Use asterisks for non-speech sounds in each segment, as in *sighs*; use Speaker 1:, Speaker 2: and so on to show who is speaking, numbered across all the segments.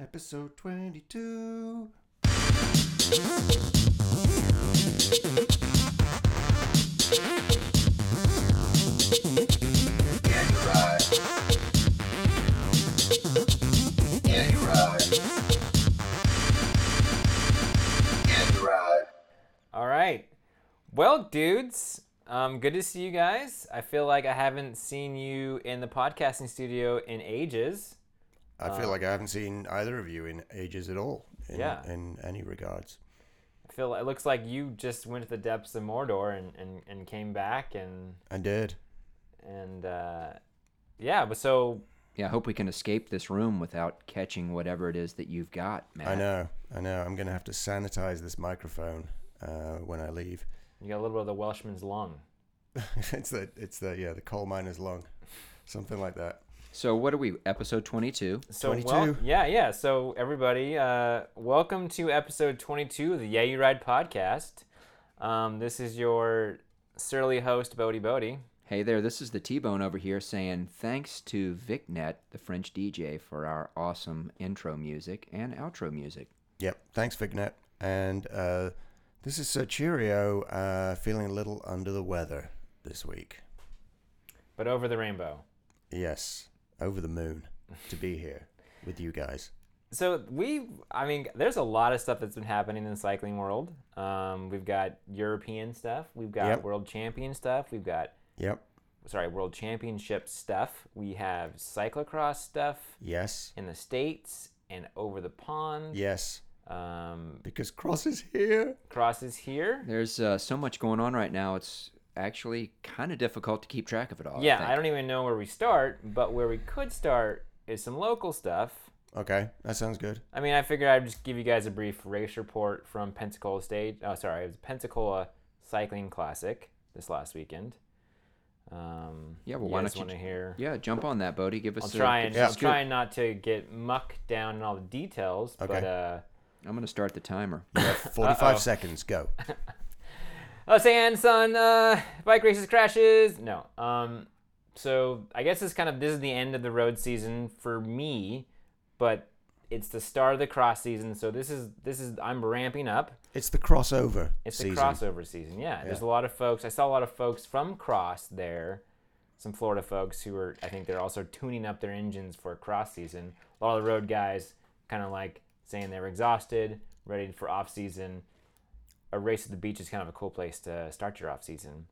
Speaker 1: Episode 22.
Speaker 2: Yeah, you're right. Yeah, you're right. Yeah, you're right.
Speaker 3: All right. Well, dudes, um, good to see you guys. I feel like I haven't seen you in the podcasting studio in ages.
Speaker 1: I feel like I haven't seen either of you in ages at all. In,
Speaker 3: Yeah.
Speaker 1: In any regards.
Speaker 3: I feel it looks like you just went to the depths of Mordor and, and, and came back and
Speaker 1: I did.
Speaker 3: and uh, yeah. But so
Speaker 4: Yeah, I hope we can escape this room without catching whatever it is that you've got, Matt.
Speaker 1: I know. I know. I'm going to have to sanitize this microphone uh, when I leave. *laughs*
Speaker 3: you got a little bit of the Welshman's lung.
Speaker 1: it's the, it's the, yeah, the coal miner's lung. Something like that.
Speaker 4: So what are we? Episode twenty-two.
Speaker 3: So
Speaker 1: 22.
Speaker 3: yeah, yeah. So everybody, uh, welcome to episode 22 of the Yeah You Ride podcast. Um, this is your surly host Bodie Bodie.
Speaker 4: Hey there, this is the T-Bone over here saying thanks to VicNet, the French DJ, for our awesome intro music and outro music.
Speaker 1: Yep. Thanks, Vignet. And uh, this is Sir Cheerio uh, feeling a little under the weather this week.
Speaker 3: But over the rainbow.
Speaker 1: Yes. Over the moon to be here with you guys.
Speaker 3: so we i mean there's a lot of stuff that's been happening in the cycling world um, we've got european stuff we've got
Speaker 1: Yep.
Speaker 3: world champion stuff we've got
Speaker 1: Yep.
Speaker 3: sorry world championship stuff we have cyclocross stuff
Speaker 1: Yes.
Speaker 3: in the states and over the pond
Speaker 1: Yes.
Speaker 3: um,
Speaker 1: Because Cross is here.
Speaker 3: cross is here
Speaker 4: There's uh, so much going on right now; it's actually kind of difficult to keep track of it all.
Speaker 3: yeah
Speaker 4: think.
Speaker 3: i don't even know where we start but where we could start is some local stuff
Speaker 1: Okay, that sounds
Speaker 3: *laughs*
Speaker 1: good.
Speaker 3: I mean, I figured I'd just give you guys a brief race report from Pensacola State. Oh, sorry, it was Pensacola Cycling Classic this last weekend. Um,
Speaker 4: Yeah, well, why
Speaker 3: guys
Speaker 4: don't you
Speaker 3: wanna
Speaker 4: j-
Speaker 3: hear?
Speaker 4: Yeah, jump on that, Bodie. Give us.
Speaker 3: I'll
Speaker 4: a-
Speaker 3: try
Speaker 4: give
Speaker 3: and
Speaker 4: us a
Speaker 3: I'll
Speaker 4: scoop.
Speaker 3: try not to get muck down in all the details, but
Speaker 1: Okay.
Speaker 3: uh,
Speaker 4: I'm gonna start the
Speaker 3: *laughs*
Speaker 4: timer.
Speaker 1: You have 45 seconds, go.
Speaker 3: Los Angeles on Oh, uh, bike races crashes. No. Um, so I guess it's kind of this is the end of the road season for me, but it's the start of the cross season. So this is this is I'm ramping up.
Speaker 1: It's the crossover
Speaker 3: It's
Speaker 1: season.
Speaker 3: the crossover season. Yeah, there's
Speaker 1: Yeah.
Speaker 3: a lot of folks. I saw a lot of folks from Cross there, some Florida folks who are. I think they're also tuning up their engines for cross season. A lot of the road guys kind of like saying they were exhausted, ready for off season. A race at the beach is kind of a cool place to start your off season.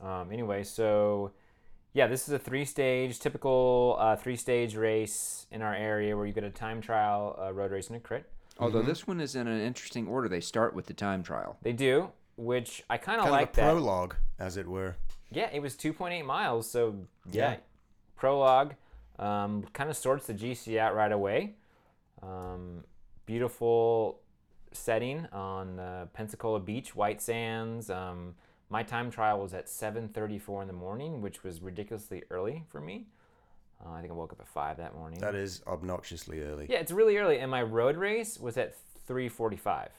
Speaker 3: Um, anyway, so yeah, this is a three-stage, typical uh, three-stage race in our area where you get a time trial, a road race, and a crit.
Speaker 4: Although
Speaker 3: Mm-hmm.
Speaker 4: this one is in an interesting order. They start with the time trial.
Speaker 3: They do, which I kind of
Speaker 1: Kind
Speaker 3: like
Speaker 1: of a
Speaker 3: that.
Speaker 1: prologue, as it were.
Speaker 3: Yeah, it was 2.8 miles. So yeah,
Speaker 1: Yeah.
Speaker 3: prologue um, kind of sorts the GC out right away. Um, beautiful setting on uh, Pensacola Beach, white sands. Um, my time trial was at 7:34 in the morning, which was ridiculously early for me. Uh, I think I woke up at five that morning.
Speaker 1: That is obnoxiously early.
Speaker 3: yeah, it's really early, and my road race was at 3:45.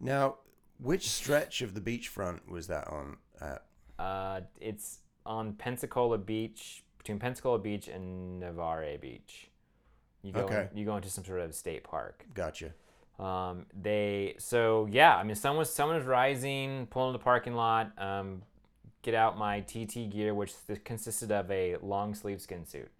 Speaker 1: Now, which stretch of the beachfront was that on? At?
Speaker 3: Uh, it's on Pensacola Beach, between Pensacola Beach and Navarre Beach. You go,
Speaker 1: Okay.
Speaker 3: you go into some sort of state park.
Speaker 1: Gotcha.
Speaker 3: Um, they so yeah, I mean, someone was someone was rising, pulling the parking lot. Um, get out my TT gear, which th- consisted of a long sleeve skin suit.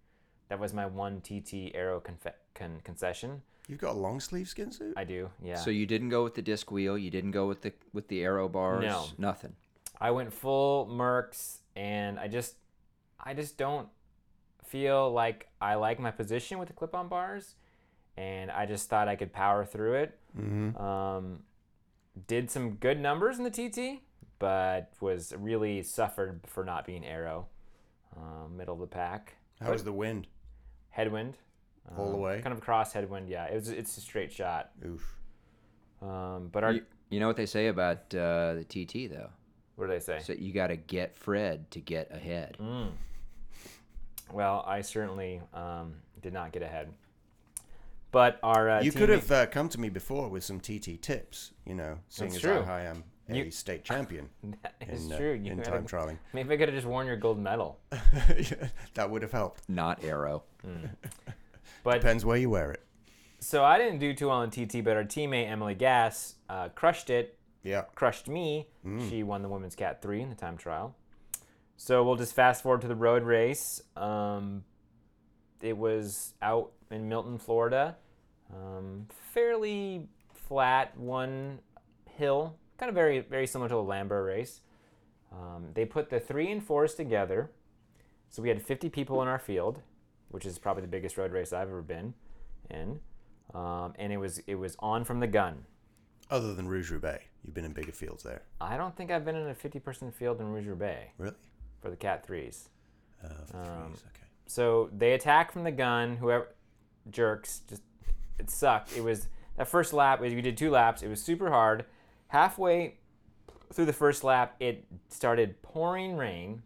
Speaker 3: That was my one TT Aero confe- con- concession.
Speaker 1: You've got a long sleeve skin suit?
Speaker 3: I do, yeah.
Speaker 4: So you didn't go with the disc wheel. You didn't go with the with the arrow bars.
Speaker 3: No.
Speaker 4: nothing.
Speaker 3: I went full Mercs, and I just, I just don't feel like I like my position with the clip-on bars, and I just thought I could power through it.
Speaker 1: Mm-hmm.
Speaker 3: Um, did some good numbers in the TT, but was really suffered for not being arrow, uh, middle of the pack,
Speaker 1: How was the wind?
Speaker 3: headwind,
Speaker 1: All the
Speaker 3: um,
Speaker 1: way?
Speaker 3: kind of cross headwind. Yeah, it was. It's a straight shot.
Speaker 1: Oof.
Speaker 3: Um, but our,
Speaker 4: You, you know what they say about uh, the TT though.
Speaker 3: what did I say?
Speaker 4: So you got to get Fred to get ahead.
Speaker 3: Mm. Well, I certainly um, did not get ahead. But our uh,
Speaker 1: You
Speaker 3: teammate-
Speaker 1: could have uh, come to me before with some TT tips, you know, seeing
Speaker 3: That's
Speaker 1: as
Speaker 3: true.
Speaker 1: how I am a
Speaker 3: You-
Speaker 1: state
Speaker 3: *laughs*
Speaker 1: champion
Speaker 3: That is
Speaker 1: in, uh,
Speaker 3: true. You
Speaker 1: in
Speaker 3: could
Speaker 1: time
Speaker 3: have- *laughs*
Speaker 1: trialing. *laughs*
Speaker 3: Maybe I could have just worn your gold medal.
Speaker 1: that would have helped.
Speaker 4: Not arrow.
Speaker 3: But
Speaker 1: Depends where you wear it.
Speaker 3: So I didn't do too well in TT, but our teammate Emily Gass uh, crushed it,
Speaker 1: Yeah.
Speaker 3: crushed me. She won the women's cat three in the time trial. So we'll just fast forward to the road race. Um, it was out in Milton, Florida. Um, fairly flat, one hill, kind of very very similar to the Lambert race. Um, they put the three and fours together, so we had 50 people in our field, which is probably the biggest road race I've ever been in. Um, and it was it was on from the gun.
Speaker 1: Other than Rouge Roubaix, you've been in bigger fields there.
Speaker 3: I don't think I've been in a 50-person field in Rouge Bay
Speaker 1: Really?
Speaker 3: for the Cat Threes.
Speaker 1: Uh, for
Speaker 3: Um,
Speaker 1: threes, okay.
Speaker 3: so they attack from the gun. Whoever jerks, just it sucked. It was that first lap. We did two laps. It was super hard. Halfway through the first lap, it started pouring rain,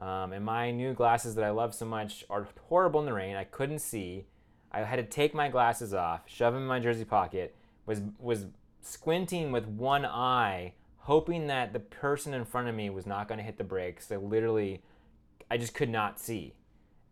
Speaker 3: um, and my new glasses that I love so much are horrible in the rain. I couldn't see. I had to take my glasses off, shove them in my jersey pocket. Was was squinting with one eye, hoping that the person in front of me was not going to hit the brakes. I literally, I just could not see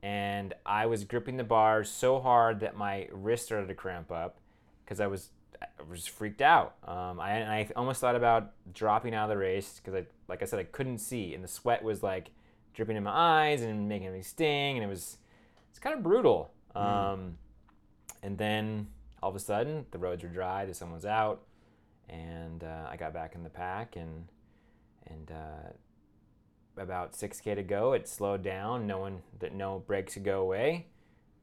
Speaker 3: and I was gripping the bars so hard that my wrist started to cramp up because I was I was freaked out. Um, I, and I almost thought about dropping out of the race because I, like I said, I couldn't see, and the sweat was like dripping in my eyes and making me sting, and it was it's kind of brutal. Um, and then all of a sudden, the roads were dry, the sun was out, and uh, I got back in the pack and and uh, about 6k to go it slowed down no one that no breaks could go away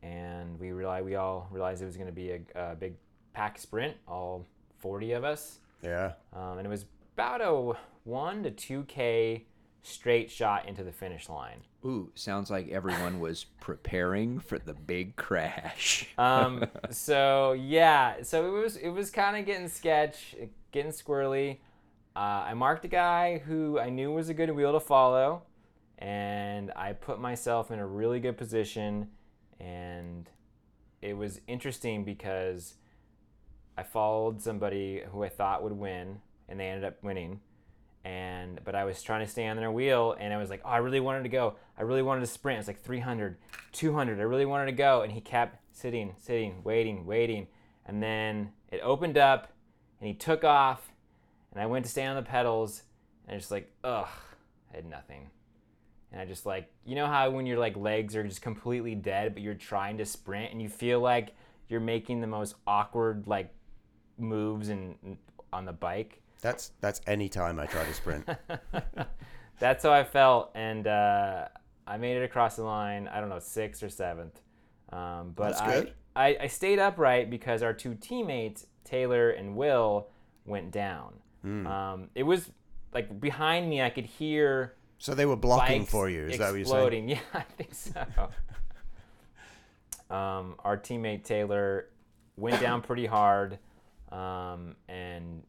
Speaker 3: and we realized we all realized it was going to be a, a big pack sprint all 40 of us
Speaker 1: Yeah.
Speaker 3: um, and it was about a 1 to 2k straight shot into the finish line
Speaker 4: Ooh, sounds like everyone was preparing for the big crash.
Speaker 3: um, so yeah, so it was it was kind of getting sketch, getting squirrely. Uh, I marked a guy who I knew was a good wheel to follow, and I put myself in a really good position, and it was interesting because I followed somebody who I thought would win, and they ended up winning. And but I was trying to stay on their wheel, and I was like, oh, I really wanted to go. I really wanted to sprint. It's like 300, 200. I really wanted to go, and he kept sitting, sitting, waiting, waiting, and then it opened up, and he took off, and I went to stand on the pedals, and it's like, ugh, I had nothing. And I just like, you know how when your like legs are just completely dead, but you're trying to sprint, and you feel like you're making the most awkward like moves and and on the bike.
Speaker 1: That's that's any time I try to
Speaker 3: *laughs*
Speaker 1: sprint.
Speaker 3: That's how I felt, and uh, I made it across the line. I don't know, sixth or seventh. Um, but
Speaker 1: That's
Speaker 3: I,
Speaker 1: good.
Speaker 3: I I stayed upright because our two teammates, Taylor and Will, went down.
Speaker 1: Hmm.
Speaker 3: Um, it was like behind me, I could hear
Speaker 1: so they were blocking
Speaker 3: bikes
Speaker 1: for you. Is that what you're saying?
Speaker 3: exploding. *laughs* Yeah, I think
Speaker 1: *laughs*
Speaker 3: so. um, our teammate Taylor went down pretty hard, um, and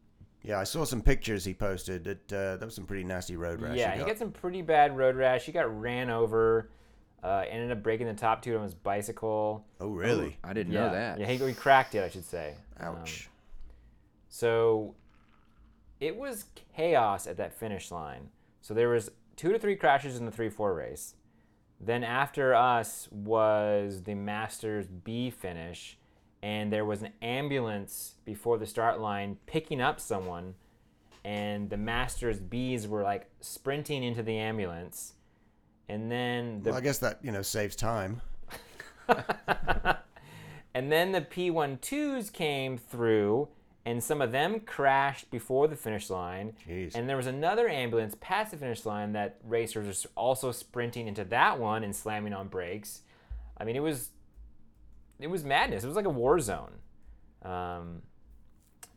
Speaker 1: Yeah, I saw some pictures he posted. That uh, that was some pretty nasty road rash.
Speaker 3: Yeah,
Speaker 1: he
Speaker 3: he
Speaker 1: got.
Speaker 3: got some pretty bad road rash. He got ran over. Uh, ended up breaking the top tube on his bicycle.
Speaker 1: Oh, really?
Speaker 4: I didn't
Speaker 3: yeah.
Speaker 4: know that.
Speaker 3: Yeah, he, he cracked it, I should say. Um,
Speaker 1: Ouch.
Speaker 3: so it was chaos at that finish line. So there was two to three crashes in the three four race. Then after us was the Masters B finish, and there was an ambulance before the start line picking up someone, and the Masters Bs were like sprinting into the ambulance, and then the
Speaker 1: well, I guess that you know saves time.
Speaker 3: And then the P12s came through, and some of them crashed before the finish line.
Speaker 1: Jeez.
Speaker 3: And there was another ambulance past the finish line that racers were s- also sprinting into that one and slamming on brakes. I mean, it was it was madness. It was like a war zone. Um,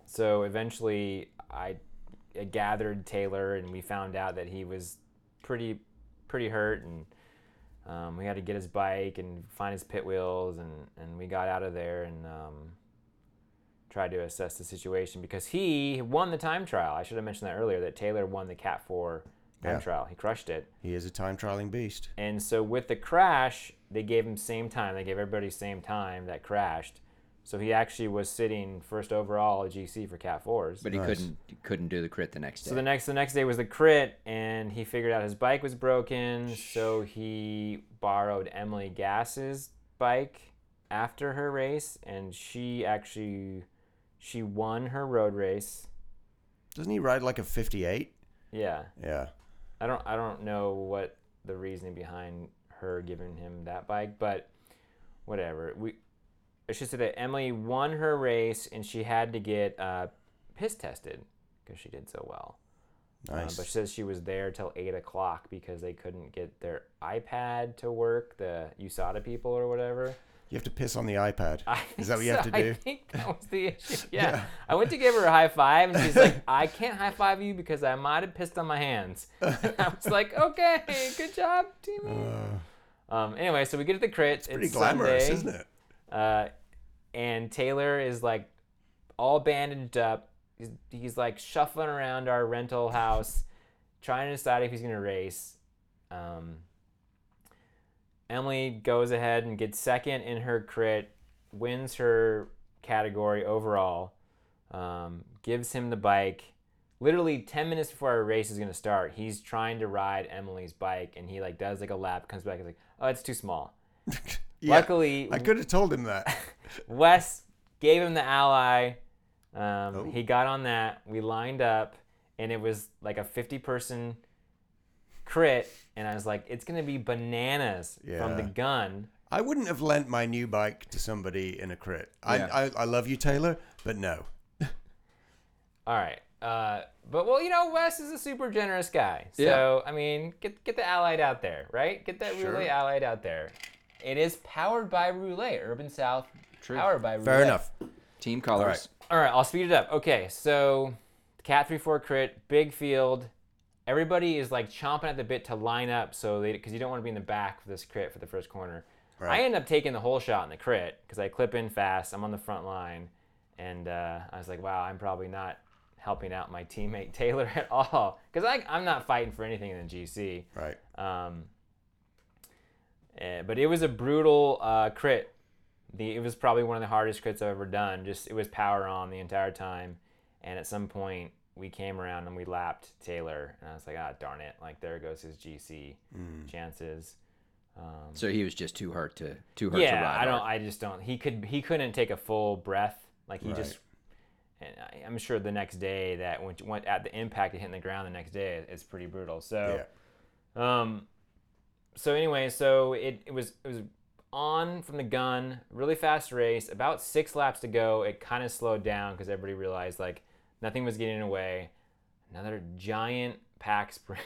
Speaker 3: so eventually, I I gathered Taylor, and we found out that he was pretty pretty hurt, and um, we had to get his bike and find his pit wheels, and and we got out of there and um, tried to assess the situation because he won the time trial. I should have mentioned that earlier that Taylor won the Cat Four time
Speaker 1: Yeah.
Speaker 3: trial. He crushed it.
Speaker 1: He is a time trialing beast.
Speaker 3: And so with the crash, they gave him same time. They gave everybody same time that crashed. So he actually was sitting first overall at GC for Cat Fours.
Speaker 4: But he
Speaker 1: Nice.
Speaker 4: couldn't couldn't do the crit the next day.
Speaker 3: so the next the next day was the crit, and he figured out his bike was broken. So he borrowed Emily Gass's bike after her race, and she actually she won her road race.
Speaker 1: Doesn't he ride like a 58?
Speaker 3: Yeah,
Speaker 1: Yeah.
Speaker 3: I don't I don't know what the reasoning behind her giving him that bike, but whatever. We it's just that Emily won her race and she had to get uh, piss tested because she did so well. Uh,
Speaker 1: Nice.
Speaker 3: but she says she was there till eight o'clock because they couldn't get their iPad to work, the USADA people or whatever. *laughs*
Speaker 1: you have to piss on the iPad.
Speaker 3: I
Speaker 1: Is that
Speaker 3: think
Speaker 1: what you have
Speaker 3: so.
Speaker 1: to do?
Speaker 3: I think that was
Speaker 1: *laughs*
Speaker 3: the issue. Yeah.
Speaker 1: Yeah.
Speaker 3: I went to give her a high five, and
Speaker 1: *laughs*
Speaker 3: she's like, I can't high five you because I might have pissed on my hands. *laughs* And I was like, okay, good job, teammate.
Speaker 1: Uh,
Speaker 3: um, anyway, so we get to the crit. It's
Speaker 1: pretty glamorous,
Speaker 3: Sunday,
Speaker 1: isn't it?
Speaker 3: Uh, and Taylor is like all bandaged up. He's, he's like shuffling around our rental house, *laughs* trying to decide if he's going to race. Um, Emily goes ahead and gets second in her crit, wins her category overall, um, gives him the bike. Literally 10 minutes before our race is going to start, he's trying to ride Emily's bike and he like does like a lap, comes back and is like, "Oh, it's too small."
Speaker 1: *laughs* Yeah,
Speaker 3: Luckily,
Speaker 1: I could have told him that.
Speaker 3: Wes gave him the ally. Um,
Speaker 1: Oh.
Speaker 3: He got on that. We lined up, and it was like a 50 person crit. And I was like, it's going to be bananas from the
Speaker 1: Yeah.
Speaker 3: gun.
Speaker 1: I wouldn't have lent my new bike to somebody in a crit. I,
Speaker 4: Yeah.
Speaker 1: I, I love you, Taylor, but no.
Speaker 3: All right. Uh, but, well, you know, Wes is a super generous guy. So, I mean, get, get the allied out there, right? Get that
Speaker 1: Sure.
Speaker 3: roulette allied out there. It is powered by roulette, Urban South.
Speaker 4: True.
Speaker 3: Powered by roulette.
Speaker 1: Fair enough.
Speaker 4: Team colors.
Speaker 3: All right, I'll speed it up. Okay, so cat three four crit, big field. Everybody is like chomping at the bit to line up, so they because you don't want to be in the back for this crit for the first corner.
Speaker 1: Right.
Speaker 3: I end up taking the whole shot in the crit because I clip in fast. I'm on the front line, and uh, I was like, wow, I'm probably not helping out my teammate *laughs* Taylor at all because I'm not fighting for anything in the GC.
Speaker 1: Right.
Speaker 3: Um, eh, but it was a brutal uh, crit. The, it was probably one of the hardest crits I've ever done. Just it was power on the entire time, and at some point we came around and we lapped Taylor, and I was like, ah, darn it! Like there goes his GC chances. Um,
Speaker 4: So he was just too hurt to too hurt to
Speaker 3: yeah,
Speaker 4: ride.
Speaker 3: I don't.
Speaker 4: hard.
Speaker 3: I just don't. He could. He couldn't take a full breath. Like he just. And I, I'm sure the next day that when went at the impact of hitting the ground the next day, it's pretty brutal. So.
Speaker 1: Yeah.
Speaker 3: Um, so anyway, so it, it was it was on from the gun, really fast race. About six laps to go, it kind of slowed down because everybody realized like nothing was getting away. Another giant pack *laughs* sprint.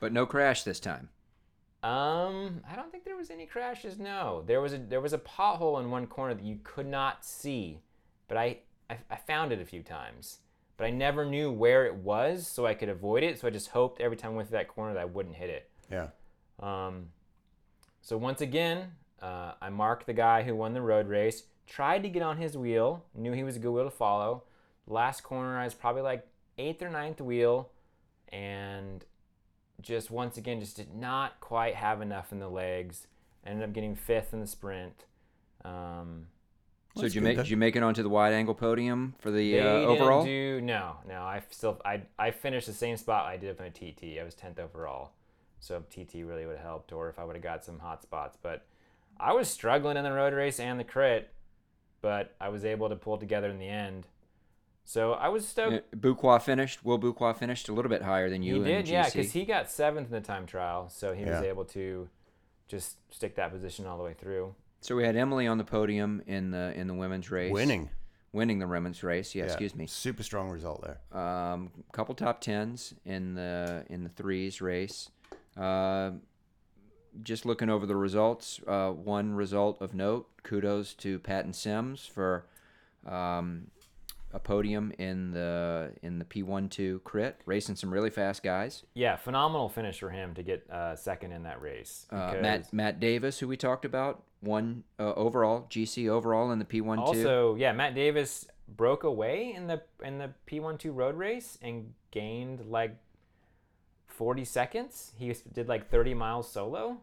Speaker 4: But no crash this time.
Speaker 3: um, I don't think there was any crashes. No, there was a there was a pothole in one corner that you could not see, but I I, I found it a few times. But I never knew where it was, so I could avoid it. So I just hoped every time I went through that corner that I wouldn't hit it.
Speaker 1: Yeah.
Speaker 3: Um, so once again, uh, I marked the guy who won the road race. Tried to get on his wheel. Knew he was a good wheel to follow. Last corner, I was probably like eighth or ninth wheel, and just once again, just did not quite have enough in the legs. Ended up getting fifth in the sprint. Um,
Speaker 4: So
Speaker 1: That's
Speaker 4: did you
Speaker 1: good,
Speaker 4: make
Speaker 1: though.
Speaker 4: did you make it onto the wide angle podium for the
Speaker 3: they
Speaker 4: uh,
Speaker 3: didn't
Speaker 4: overall?
Speaker 3: do no, no. I still I I finished the same spot I did up in a TT. I was tenth overall, so TT really would have helped, or if I would have got some hot spots. But I was struggling in the road race and the crit, but I was able to pull together in the end. So I was stoked.
Speaker 4: Uh, Buqua finished. Will Buqua finished a little bit higher than you?
Speaker 3: he
Speaker 4: in
Speaker 3: did, yeah,
Speaker 4: GC.
Speaker 3: because he got seventh in the time trial, so he was
Speaker 1: Yeah.
Speaker 3: able to just stick that position all the way through.
Speaker 4: So we had Emily on the podium in the in the women's race,
Speaker 1: Winning.
Speaker 4: winning the women's race. Yeah,
Speaker 1: Yeah.
Speaker 4: excuse me.
Speaker 1: Super strong result there.
Speaker 4: Um, couple top tens in the in the threes race. Uh, just looking over the results. Uh, one result of note: kudos to Patton Sims for um, a podium in the in the P one two crit, racing some really fast guys.
Speaker 3: Yeah, phenomenal finish for him to get uh, second in that race.
Speaker 4: Uh,
Speaker 3: because-
Speaker 4: Matt Matt Davis, who we talked about, won uh, overall GC overall in the P one two.
Speaker 3: Also, yeah, Matt Davis broke away in the in the P12 road race and gained like 40 seconds. He s- did like 30 miles
Speaker 1: *laughs*
Speaker 3: solo.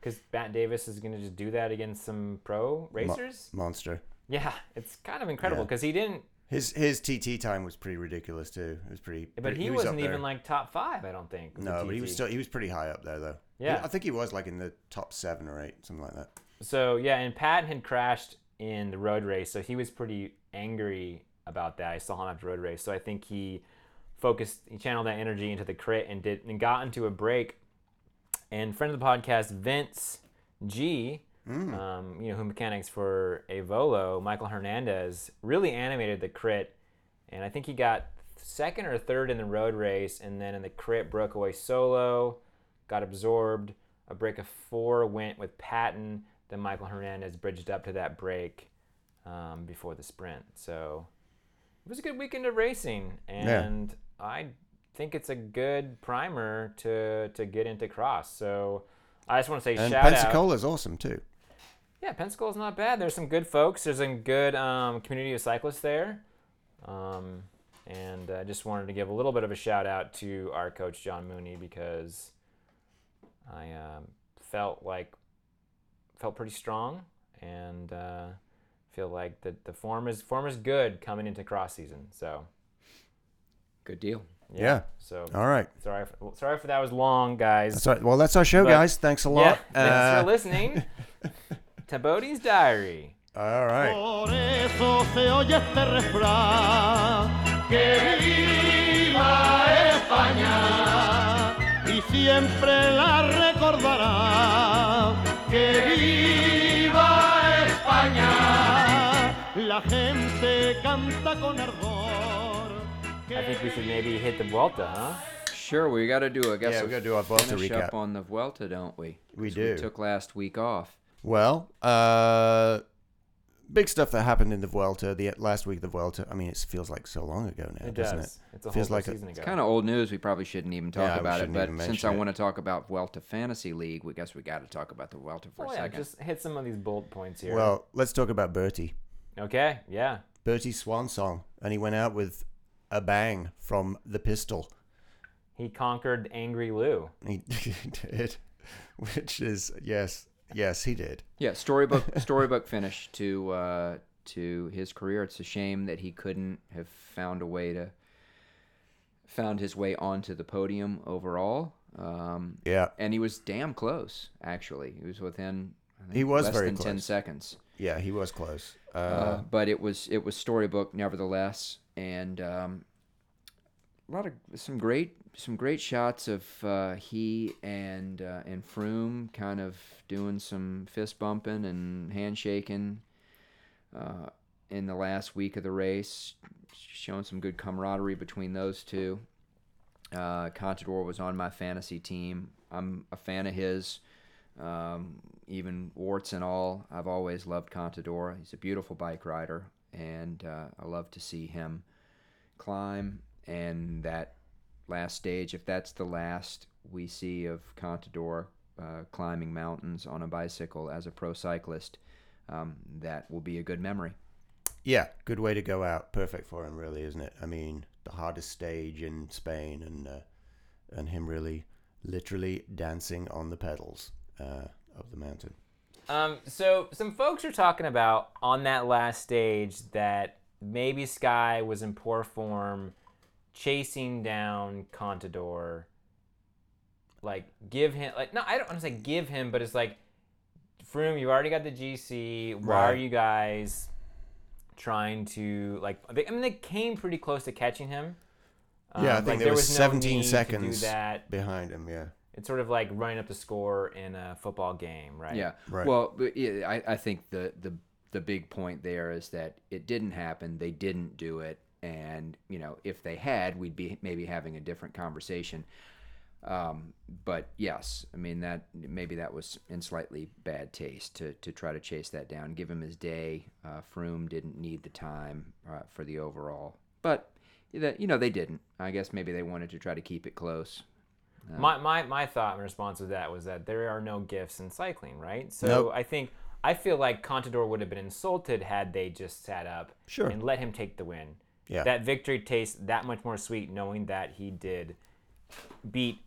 Speaker 3: Cuz Matt Davis is going to just do that against some pro
Speaker 1: Mo-
Speaker 3: racers.
Speaker 1: monster.
Speaker 3: yeah, it's kind of incredible
Speaker 1: Yeah.
Speaker 3: cuz he didn't
Speaker 1: His his TT time was pretty ridiculous too. It was pretty.
Speaker 3: but
Speaker 1: pretty-
Speaker 3: he,
Speaker 1: was up
Speaker 3: wasn't even
Speaker 1: there.
Speaker 3: like top 5, I don't think. with the
Speaker 1: No, but he was
Speaker 3: TT.
Speaker 1: still he was pretty high up there though. He-
Speaker 3: Yeah.
Speaker 1: I think he was like in the top seven or eight, something like that.
Speaker 3: So yeah, and Patton had crashed in the road race, so he was pretty angry about that. I saw him after road race, so I think he focused, he channeled that energy into the crit and did and got into a break. And friend of the podcast, Vince G, um, you know, who mechanics for Avolo, Michael Hernandez, really animated the crit, and I think he got second or third in the road race, and then in the crit broke away solo got absorbed. A break of four went with Patton. Then Michael Hernandez bridged up to that break um, before the sprint. So it was a good weekend of racing, and I think it's a good primer to to get into cross. So I just want to say
Speaker 1: And
Speaker 3: shout out.
Speaker 1: Pensacola is awesome too.
Speaker 3: Yeah, Pensacola's not bad. There's some good folks. There's a good um, community of cyclists there. Um, and I just wanted to give a little bit of a shout out to our coach, John Mooney, because I um, felt like, felt pretty strong and uh, feel like the, the form is form is good coming into cross season. So,
Speaker 4: Good deal.
Speaker 3: yeah.
Speaker 1: Yeah.
Speaker 3: So,
Speaker 1: All right.
Speaker 3: sorry, for, sorry for that was long, guys.
Speaker 1: That's all right. Well, that's our show,
Speaker 3: But-
Speaker 1: guys. Thanks a lot.
Speaker 3: Yeah, thanks
Speaker 1: Uh,
Speaker 3: for
Speaker 1: *laughs*
Speaker 3: listening. Tabody's Diary.
Speaker 1: all right.
Speaker 5: Por eso se oye este refrán, que viva España y siempre la recordará, que viva España. La gente canta con ardor.
Speaker 3: I think we should maybe hit the Vuelta, huh?
Speaker 4: Sure, we got to do. I guess
Speaker 1: Yeah,
Speaker 4: a
Speaker 1: we gotta do our Vuelta
Speaker 4: finish
Speaker 1: recap.
Speaker 4: up on the Vuelta, don't we?
Speaker 1: We
Speaker 4: 'Cause
Speaker 1: do.
Speaker 4: We took last week off.
Speaker 1: Well, uh, big stuff that happened in the Vuelta the last week. Of the Vuelta. I mean, it feels like so long ago now,
Speaker 3: It does.
Speaker 1: doesn't it?
Speaker 3: It's a
Speaker 1: feels
Speaker 3: whole
Speaker 1: like a-
Speaker 3: season ago.
Speaker 4: Kind of old news. We probably shouldn't even talk
Speaker 1: Yeah, we
Speaker 4: about it.
Speaker 1: shouldn't
Speaker 4: But
Speaker 1: even
Speaker 4: since
Speaker 1: mention
Speaker 4: I
Speaker 1: it.
Speaker 4: want to talk about Vuelta Fantasy League, we guess we got to talk about the Vuelta for
Speaker 3: Oh,
Speaker 4: a
Speaker 3: yeah,
Speaker 4: second.
Speaker 3: just hit some of these bullet points here.
Speaker 1: Well, let's talk about Bertie.
Speaker 3: okay, yeah.
Speaker 1: Bertie's swan song, and he went out with a bang from the pistol.
Speaker 3: He conquered Angry Lou.
Speaker 1: He *laughs* did, which is yes, yes, he did.
Speaker 4: Yeah,
Speaker 1: *laughs*
Speaker 4: storybook storybook finish to uh, to his career. It's a shame that he couldn't have found a way to found his way onto the podium overall. Um,
Speaker 1: Yeah,
Speaker 4: and he was damn close. Actually, he was within. I think,
Speaker 1: He was
Speaker 4: less
Speaker 1: very
Speaker 4: than ten
Speaker 1: close.
Speaker 4: seconds.
Speaker 1: yeah, he was close. Uh,
Speaker 4: Uh, but it was it was storybook nevertheless, and um, a lot of some great some great shots of uh, he and uh, and Froome kind of doing some fist bumping and handshaking uh, in the last week of the race, showing some good camaraderie between those two. Uh, Contador was on my fantasy team. I'm a fan of his. Um, even warts and all, I've always loved Contador. He's a beautiful bike rider, and uh, I love to see him climb. And that last stage, if that's the last we see of Contador uh, climbing mountains on a bicycle as a pro cyclist, um, that will be a good memory.
Speaker 1: yeah, good way to go out. Perfect for him, really, isn't it? I mean, the hardest stage in Spain, and uh, and him really, literally dancing on the pedals uh, of the mountain.
Speaker 3: Um, so some folks are talking about on that last stage that maybe Sky was in poor form, chasing down Contador. Like give him like no, I don't want to say give him, but it's like Froome, you already got the GC. Why are
Speaker 1: Right.
Speaker 3: you guys trying to like? They, I mean, they came pretty close to catching him. Um,
Speaker 1: Yeah, I think
Speaker 3: like,
Speaker 1: there, was,
Speaker 3: no
Speaker 1: 17
Speaker 3: need to do
Speaker 1: seconds
Speaker 3: that.
Speaker 1: behind him. Yeah,
Speaker 3: It's sort of like running up the score in a football game, right?
Speaker 4: Yeah.
Speaker 1: Right.
Speaker 4: Well, but, yeah, I, I think the, the the big point there is that it didn't happen. They didn't do it, and you know, if they had, we'd be maybe having a different conversation. Um, but yes, I mean that maybe that was in slightly bad taste to, to try to chase that down, give him his day. Uh, Froome didn't need the time uh, for the overall, but that you know they didn't. I guess maybe they wanted to try to keep it close.
Speaker 3: My, my, my thought and response to that was that there are no gifts in cycling, right? So
Speaker 1: Nope.
Speaker 3: I think I feel like Contador would have been insulted had they just sat up
Speaker 1: Sure.
Speaker 3: and let him take the win.
Speaker 1: Yeah.
Speaker 3: That victory tastes that much more sweet knowing that he did beat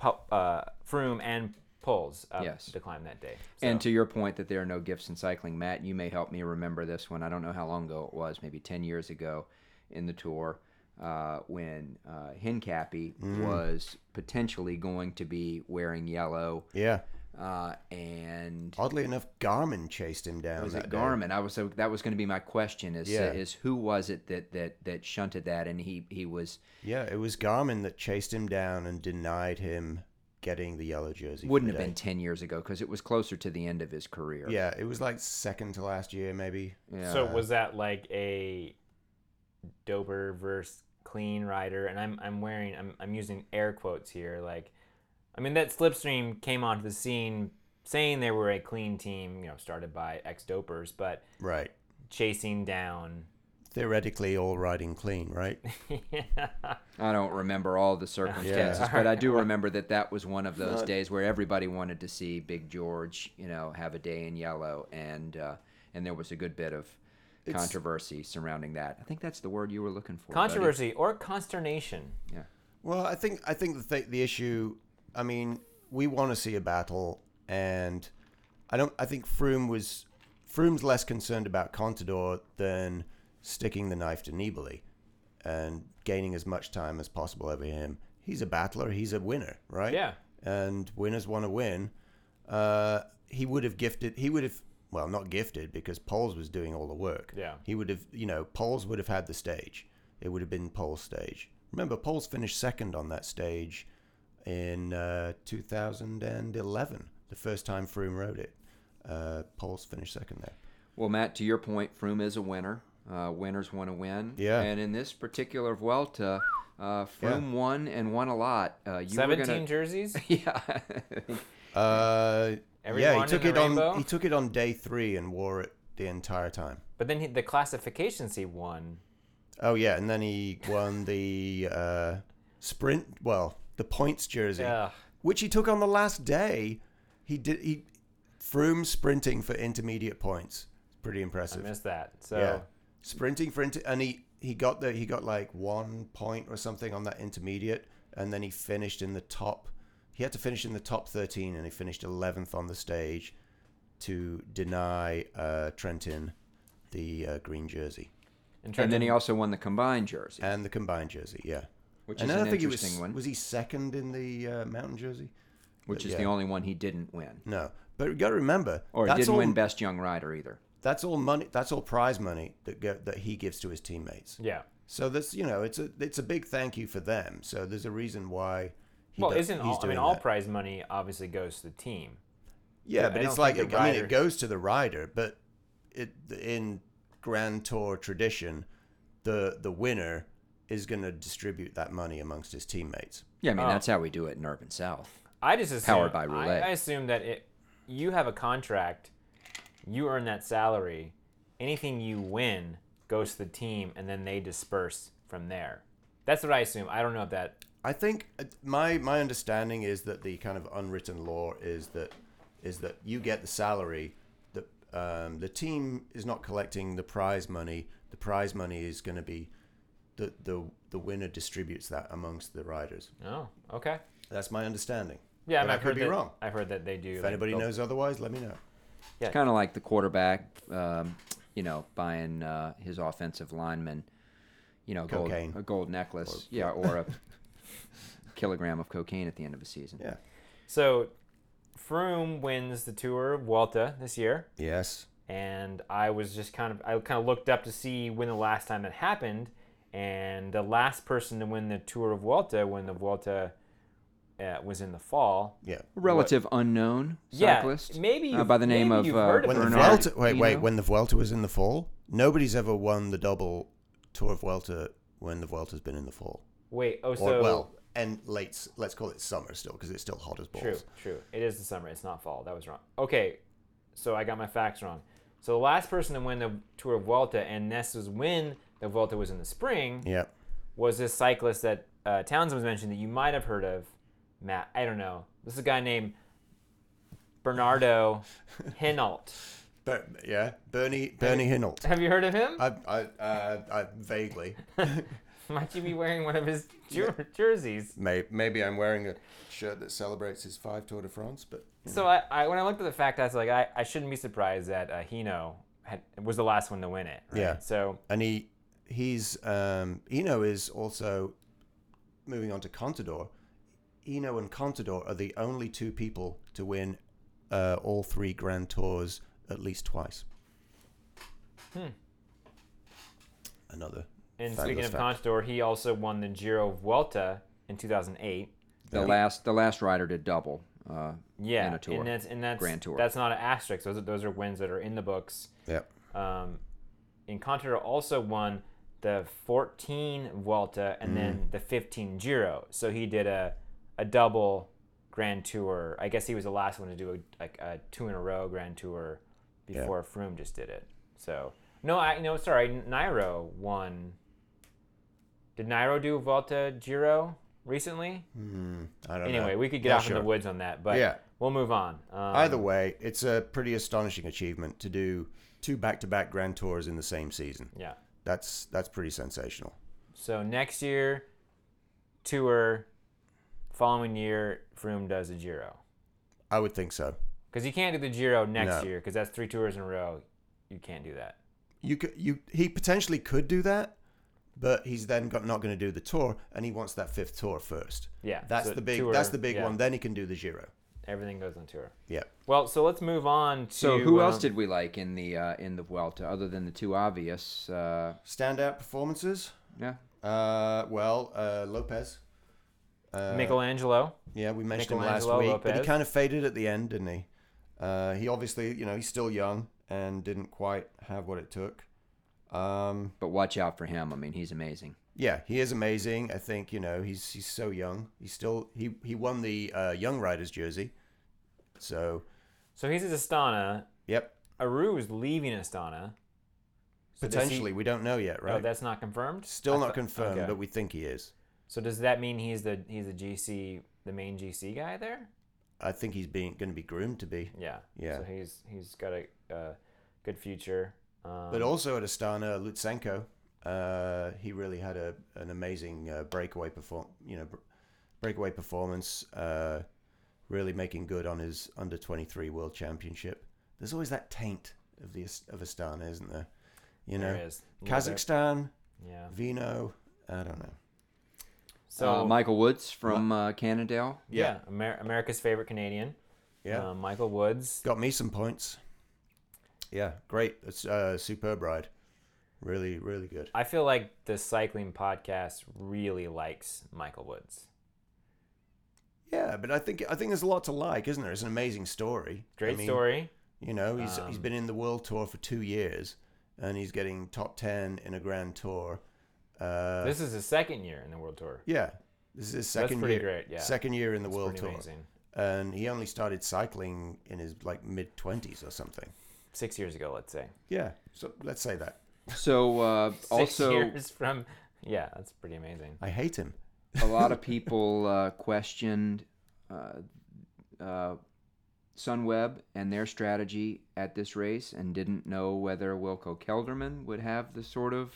Speaker 3: Pu- uh, Froome and Poles up
Speaker 4: Yes.
Speaker 3: the climb that day. So-
Speaker 4: And to your point that there are no gifts in cycling, Matt, you may help me remember this one. I don't know how long ago it was, maybe 10 years ago in the tour, uh, when
Speaker 1: Mm.
Speaker 4: uh, Hincappy was potentially going to be wearing yellow
Speaker 1: yeah.
Speaker 4: Uh, and
Speaker 1: Oddly enough, Garmin chased him down.
Speaker 4: was
Speaker 1: Oh, that
Speaker 4: it
Speaker 1: day.
Speaker 4: Garmin? I was so that was going to be my question is
Speaker 1: Yeah.
Speaker 4: is who was it that that that shunted that and he he was
Speaker 1: Yeah, it was Garmin that chased him down and denied him getting the yellow jersey. for
Speaker 4: wouldn't
Speaker 1: the
Speaker 4: have been
Speaker 1: day.
Speaker 4: 10 years ago because it was closer to the end of his career.
Speaker 1: yeah, it was like second to last year, maybe.
Speaker 4: Yeah.
Speaker 3: So was that like a doper versus clean rider? And I'm I'm wearing I'm I'm using air quotes here. Like, I mean that slipstream came onto the scene saying they were a clean team, you know, started by ex dopers, but
Speaker 1: Right.
Speaker 3: chasing down.
Speaker 1: Theoretically, all riding clean, right?
Speaker 4: I don't remember all the circumstances, but
Speaker 3: *laughs*
Speaker 4: I do remember that that was one of those days where everybody wanted to see Big George, you know, have a day in yellow, and uh, and there was a good bit of controversy surrounding that. I think that's the word you were looking for. buddy.
Speaker 3: Controversy or consternation.
Speaker 1: Well, I think I think the th- the issue. I mean, we want to see a battle, and I don't. I think Froome was Froome's less concerned about Contador than sticking the knife to Nibali and gaining as much time as possible over him. He's a battler. He's a winner, right?
Speaker 3: Yeah.
Speaker 1: And winners want to win. Uh, he would have gifted. He would have. Well, not gifted because Poles was doing all the work.
Speaker 3: Yeah.
Speaker 1: He would have, you know, Poles would have had the stage. It would have been Poles' stage. Remember, Poles finished second on that stage in uh, 2011, the first time Froome rode it. Uh, Poles finished second there.
Speaker 4: Well, Matt, to your point, Froome is a winner. Uh, winners want to win.
Speaker 1: Yeah.
Speaker 4: And in this particular Vuelta, uh, Froome won and won a lot. Uh, you
Speaker 3: Seventeen
Speaker 4: were gonna,
Speaker 3: jerseys.
Speaker 4: *laughs* yeah.
Speaker 1: Uh, yeah,
Speaker 3: Everyone
Speaker 1: he took
Speaker 3: in
Speaker 1: it
Speaker 3: the rainbow?
Speaker 1: on. He took it on day three and wore it the entire time.
Speaker 3: But then he, the classifications he won.
Speaker 1: Oh yeah, and then he won the uh, sprint. Well, the points jersey,
Speaker 3: Ugh.
Speaker 1: which he took on the last day. He did. He Froome sprinting for intermediate points. Pretty
Speaker 3: I
Speaker 1: impressive.
Speaker 3: missed that. So
Speaker 1: Yeah, sprinting for inter- and he he got the he got like one point or something on that intermediate, and then he finished in the top. He had to finish in the top thirteen, and he finished eleventh on the stage to deny uh, Trentin the uh, green jersey
Speaker 4: and then he
Speaker 3: Trenton-
Speaker 4: also won the combined jersey,
Speaker 1: and the combined jersey. Yeah.
Speaker 4: which
Speaker 1: and
Speaker 4: is
Speaker 1: then
Speaker 4: an
Speaker 1: I think Uh, he
Speaker 4: interesting
Speaker 1: was
Speaker 4: one,
Speaker 1: was he second in the uh, mountain jersey?
Speaker 4: which is
Speaker 1: yeah.
Speaker 4: the only one he didn't win.
Speaker 1: No, but you got to remember
Speaker 4: Or
Speaker 1: that's
Speaker 4: didn't
Speaker 1: all
Speaker 4: win Best Young Rider either.
Speaker 1: that's all money that's all prize money that go, that he gives to his teammates.
Speaker 3: yeah.
Speaker 1: So that's you know it's a it's a big thank you for them. So there's a reason why. He
Speaker 3: Well,
Speaker 1: does-
Speaker 3: isn't all, I mean
Speaker 1: doing
Speaker 3: all
Speaker 1: that.
Speaker 3: prize money obviously goes to the team.
Speaker 1: Yeah,
Speaker 3: I
Speaker 1: but
Speaker 3: don't
Speaker 1: it's like
Speaker 3: think the
Speaker 1: I mean
Speaker 3: rider-
Speaker 1: it goes to the rider, but it in Grand Tour tradition, the the winner is going to distribute that money amongst his teammates.
Speaker 4: Yeah, I mean
Speaker 3: Oh.
Speaker 4: that's how we do it in Urban South.
Speaker 3: I just assume,
Speaker 4: Powered by roulette.
Speaker 3: I, I assume that it, you have a contract, you earn that salary, anything you win goes to the team, and then they disperse from there. That's what I assume. I don't know if that.
Speaker 1: I think uh, my my understanding is that the kind of unwritten law is that is that you get the salary. The um, the team is not collecting the prize money. The prize money is going to be the the the winner distributes that amongst the riders.
Speaker 3: Oh, okay.
Speaker 1: That's my understanding.
Speaker 3: Yeah, I
Speaker 1: But
Speaker 3: mean,
Speaker 1: I
Speaker 3: I've
Speaker 1: could
Speaker 3: heard
Speaker 1: be
Speaker 3: that,
Speaker 1: wrong.
Speaker 3: I've heard that they do.
Speaker 1: If anybody knows otherwise, let me know.
Speaker 4: Kind of like the quarterback, um, you know, buying uh, his offensive lineman, you know, gold,
Speaker 1: Cocaine.
Speaker 4: a gold necklace, yeah, or a *laughs* kilogram of cocaine at the end of a season.
Speaker 1: Yeah.
Speaker 3: So, Froome wins the Tour of Vuelta this year.
Speaker 1: Yes.
Speaker 3: and I was just kind of I kind of looked up to see when the last time it happened, and the last person to win the Tour of Vuelta when the Vuelta uh, was in the fall.
Speaker 1: Yeah.
Speaker 4: Relative unknown
Speaker 3: Yeah,
Speaker 4: cyclist,
Speaker 3: maybe
Speaker 4: uh,
Speaker 3: you've-
Speaker 4: by the name
Speaker 3: maybe
Speaker 4: of,
Speaker 3: you've
Speaker 4: uh,
Speaker 3: heard of
Speaker 1: When the
Speaker 4: Bernard
Speaker 1: Vuelta, wait, wait.
Speaker 4: Hinault.
Speaker 1: When the Vuelta was in the fall, nobody's ever won the double Tour of Vuelta when the Vuelta's been in the fall.
Speaker 3: Wait, oh
Speaker 1: Or
Speaker 3: so
Speaker 1: well, and late. s- Let's call it summer still, because it's still hot as balls.
Speaker 3: true, true. It is the summer. It's not fall. That was wrong. Okay, so I got my facts wrong. So the last person to win the Tour of Vuelta, and this was when the Vuelta was in the spring,
Speaker 1: Yeah.
Speaker 3: was this cyclist that uh, Townsend was mentioning that you might have heard of, Matt. I don't know. This is a guy named
Speaker 4: *laughs*
Speaker 3: Bernardo Hinault.
Speaker 1: But yeah, Bernie Bernie Hinault.
Speaker 3: Have you heard of him? *laughs*
Speaker 1: I I, uh, I vaguely
Speaker 3: might you be wearing one of his jer- jerseys?
Speaker 1: May, maybe I'm wearing a shirt that celebrates his five Tour de France, but
Speaker 3: So I, I, when I looked at the fact, I was like, I, I shouldn't be surprised that uh, Hino had, was the last one to win it. right?
Speaker 1: Yeah.
Speaker 3: So
Speaker 1: and he he's um Eno is also moving on to Contador. Eno and Contador are the only two people to win uh, all three Grand Tours at least twice. Hmm. Another.
Speaker 3: And
Speaker 1: fabulous
Speaker 3: speaking of
Speaker 1: fact.
Speaker 3: Contador, he also won the Giro Vuelta in 2008.
Speaker 4: The last the last rider did double. Uh,
Speaker 3: Yeah,
Speaker 4: and a tour.
Speaker 3: and that's and that's
Speaker 4: Grand Tour.
Speaker 3: that's not an asterisk. Those are, those are wins that are in the books.
Speaker 1: Yep.
Speaker 3: Um, and Contador also won the 14 Vuelta
Speaker 1: Mm.
Speaker 3: and then the 15 Giro. So he did a a double Grand Tour. I guess he was the last one to do a, like a two in a row Grand Tour before Froome just did it. So no, I no sorry, Nairo won. Did Nairo do Vuelta Giro recently?
Speaker 1: Hmm, I don't know.
Speaker 3: Anyway, we could get
Speaker 1: Not
Speaker 3: off
Speaker 1: sure.
Speaker 3: in the woods on that, but
Speaker 1: Yeah.
Speaker 3: we'll move on. Um,
Speaker 1: Either way, it's a pretty astonishing achievement to do two back-to-back Grand Tours in the same season.
Speaker 3: yeah.
Speaker 1: That's that's pretty sensational.
Speaker 3: So next year, tour. Following year, Froome does a Giro
Speaker 1: I would think so.
Speaker 3: because you can't do the Giro next year
Speaker 1: No.
Speaker 3: 'cause year because that's three tours in a row. You can't do that.
Speaker 1: You could you he potentially could do that, but he's then got, not going to do the tour, and he wants that fifth tour first.
Speaker 3: Yeah,
Speaker 1: That's
Speaker 3: so
Speaker 1: the big
Speaker 3: tour,
Speaker 1: that's the big
Speaker 3: yeah.
Speaker 1: one. Then he can do the Giro.
Speaker 3: Everything goes on tour.
Speaker 1: Yep.
Speaker 3: Well, so let's move on to.
Speaker 4: so who else
Speaker 3: um,
Speaker 4: did we like in the uh, in the Vuelta other than the two obvious? Uh,
Speaker 1: Standout performances.
Speaker 4: yeah,
Speaker 1: Uh, well, uh, Lopez. Uh,
Speaker 3: Michelangelo?
Speaker 1: Yeah, we mentioned him last
Speaker 3: Michelangelo
Speaker 1: week, but he
Speaker 3: Lopez.
Speaker 1: kind of faded at the end, didn't he? Uh, he obviously, you know, he's still young and didn't quite have what it took. Um,
Speaker 4: but watch out for him. I mean, he's amazing.
Speaker 1: yeah, he is amazing. I think you know he's he's so young. He's still he he won the uh, young riders jersey, so
Speaker 3: So he's at Astana.
Speaker 1: yep.
Speaker 3: Aru is leaving Astana. So does he-
Speaker 1: Potentially, we don't know yet,
Speaker 3: Oh,
Speaker 1: right?
Speaker 3: that's not confirmed.
Speaker 1: still
Speaker 3: I
Speaker 1: not
Speaker 3: thought-
Speaker 1: confirmed,
Speaker 3: okay.
Speaker 1: but we think he is.
Speaker 3: So does that mean he's the he's the GC the main GC guy there?
Speaker 1: I think he's being going to be groomed to be.
Speaker 3: Yeah.
Speaker 1: Yeah.
Speaker 3: So he's he's got a uh, good future. Um,
Speaker 1: But also at Astana, Lutsenko, uh, he really had a an amazing uh, breakaway perform, you know, br- breakaway performance. Uh, really making good on his under twenty three world championship. There's always that taint of the Ast- of Astana, isn't there? You know,
Speaker 3: there is a little bit.
Speaker 1: Kazakhstan,
Speaker 3: Yeah.
Speaker 1: Vino. I don't know.
Speaker 3: So
Speaker 4: uh, Michael Woods from uh, Cannondale.
Speaker 3: yeah, Amer- America's favorite Canadian,
Speaker 1: Yeah,
Speaker 3: um, Michael Woods.
Speaker 1: got me some points. Yeah, great. It's uh, superb ride. Really, really good.
Speaker 3: I feel like the cycling podcast really likes Michael Woods.
Speaker 1: Yeah, but I think I think there's a lot to like, isn't there? It's an amazing story. I
Speaker 3: Great
Speaker 1: mean,
Speaker 3: story.
Speaker 1: You know, he's
Speaker 3: Um,
Speaker 1: he's been in the world tour for two years, and he's getting top ten in a Grand Tour. Uh,
Speaker 3: this is his second year in the World Tour.
Speaker 1: yeah, this is his second
Speaker 3: pretty
Speaker 1: year.
Speaker 3: great, yeah.
Speaker 1: Second year in the
Speaker 3: It's
Speaker 1: world
Speaker 3: pretty
Speaker 1: tour,
Speaker 3: amazing.
Speaker 1: and he only started cycling in his like mid twenties or something.
Speaker 3: Six years ago, let's say.
Speaker 1: Yeah, so let's say that.
Speaker 4: So uh,
Speaker 3: *laughs* Six
Speaker 4: also
Speaker 3: years from. Yeah, that's pretty amazing.
Speaker 1: I hate him.
Speaker 4: a lot
Speaker 1: *laughs*
Speaker 3: *laughs*
Speaker 4: of people uh, questioned uh, uh, Sunweb and their strategy at this race and didn't know whether Wilco Kelderman would have the sort of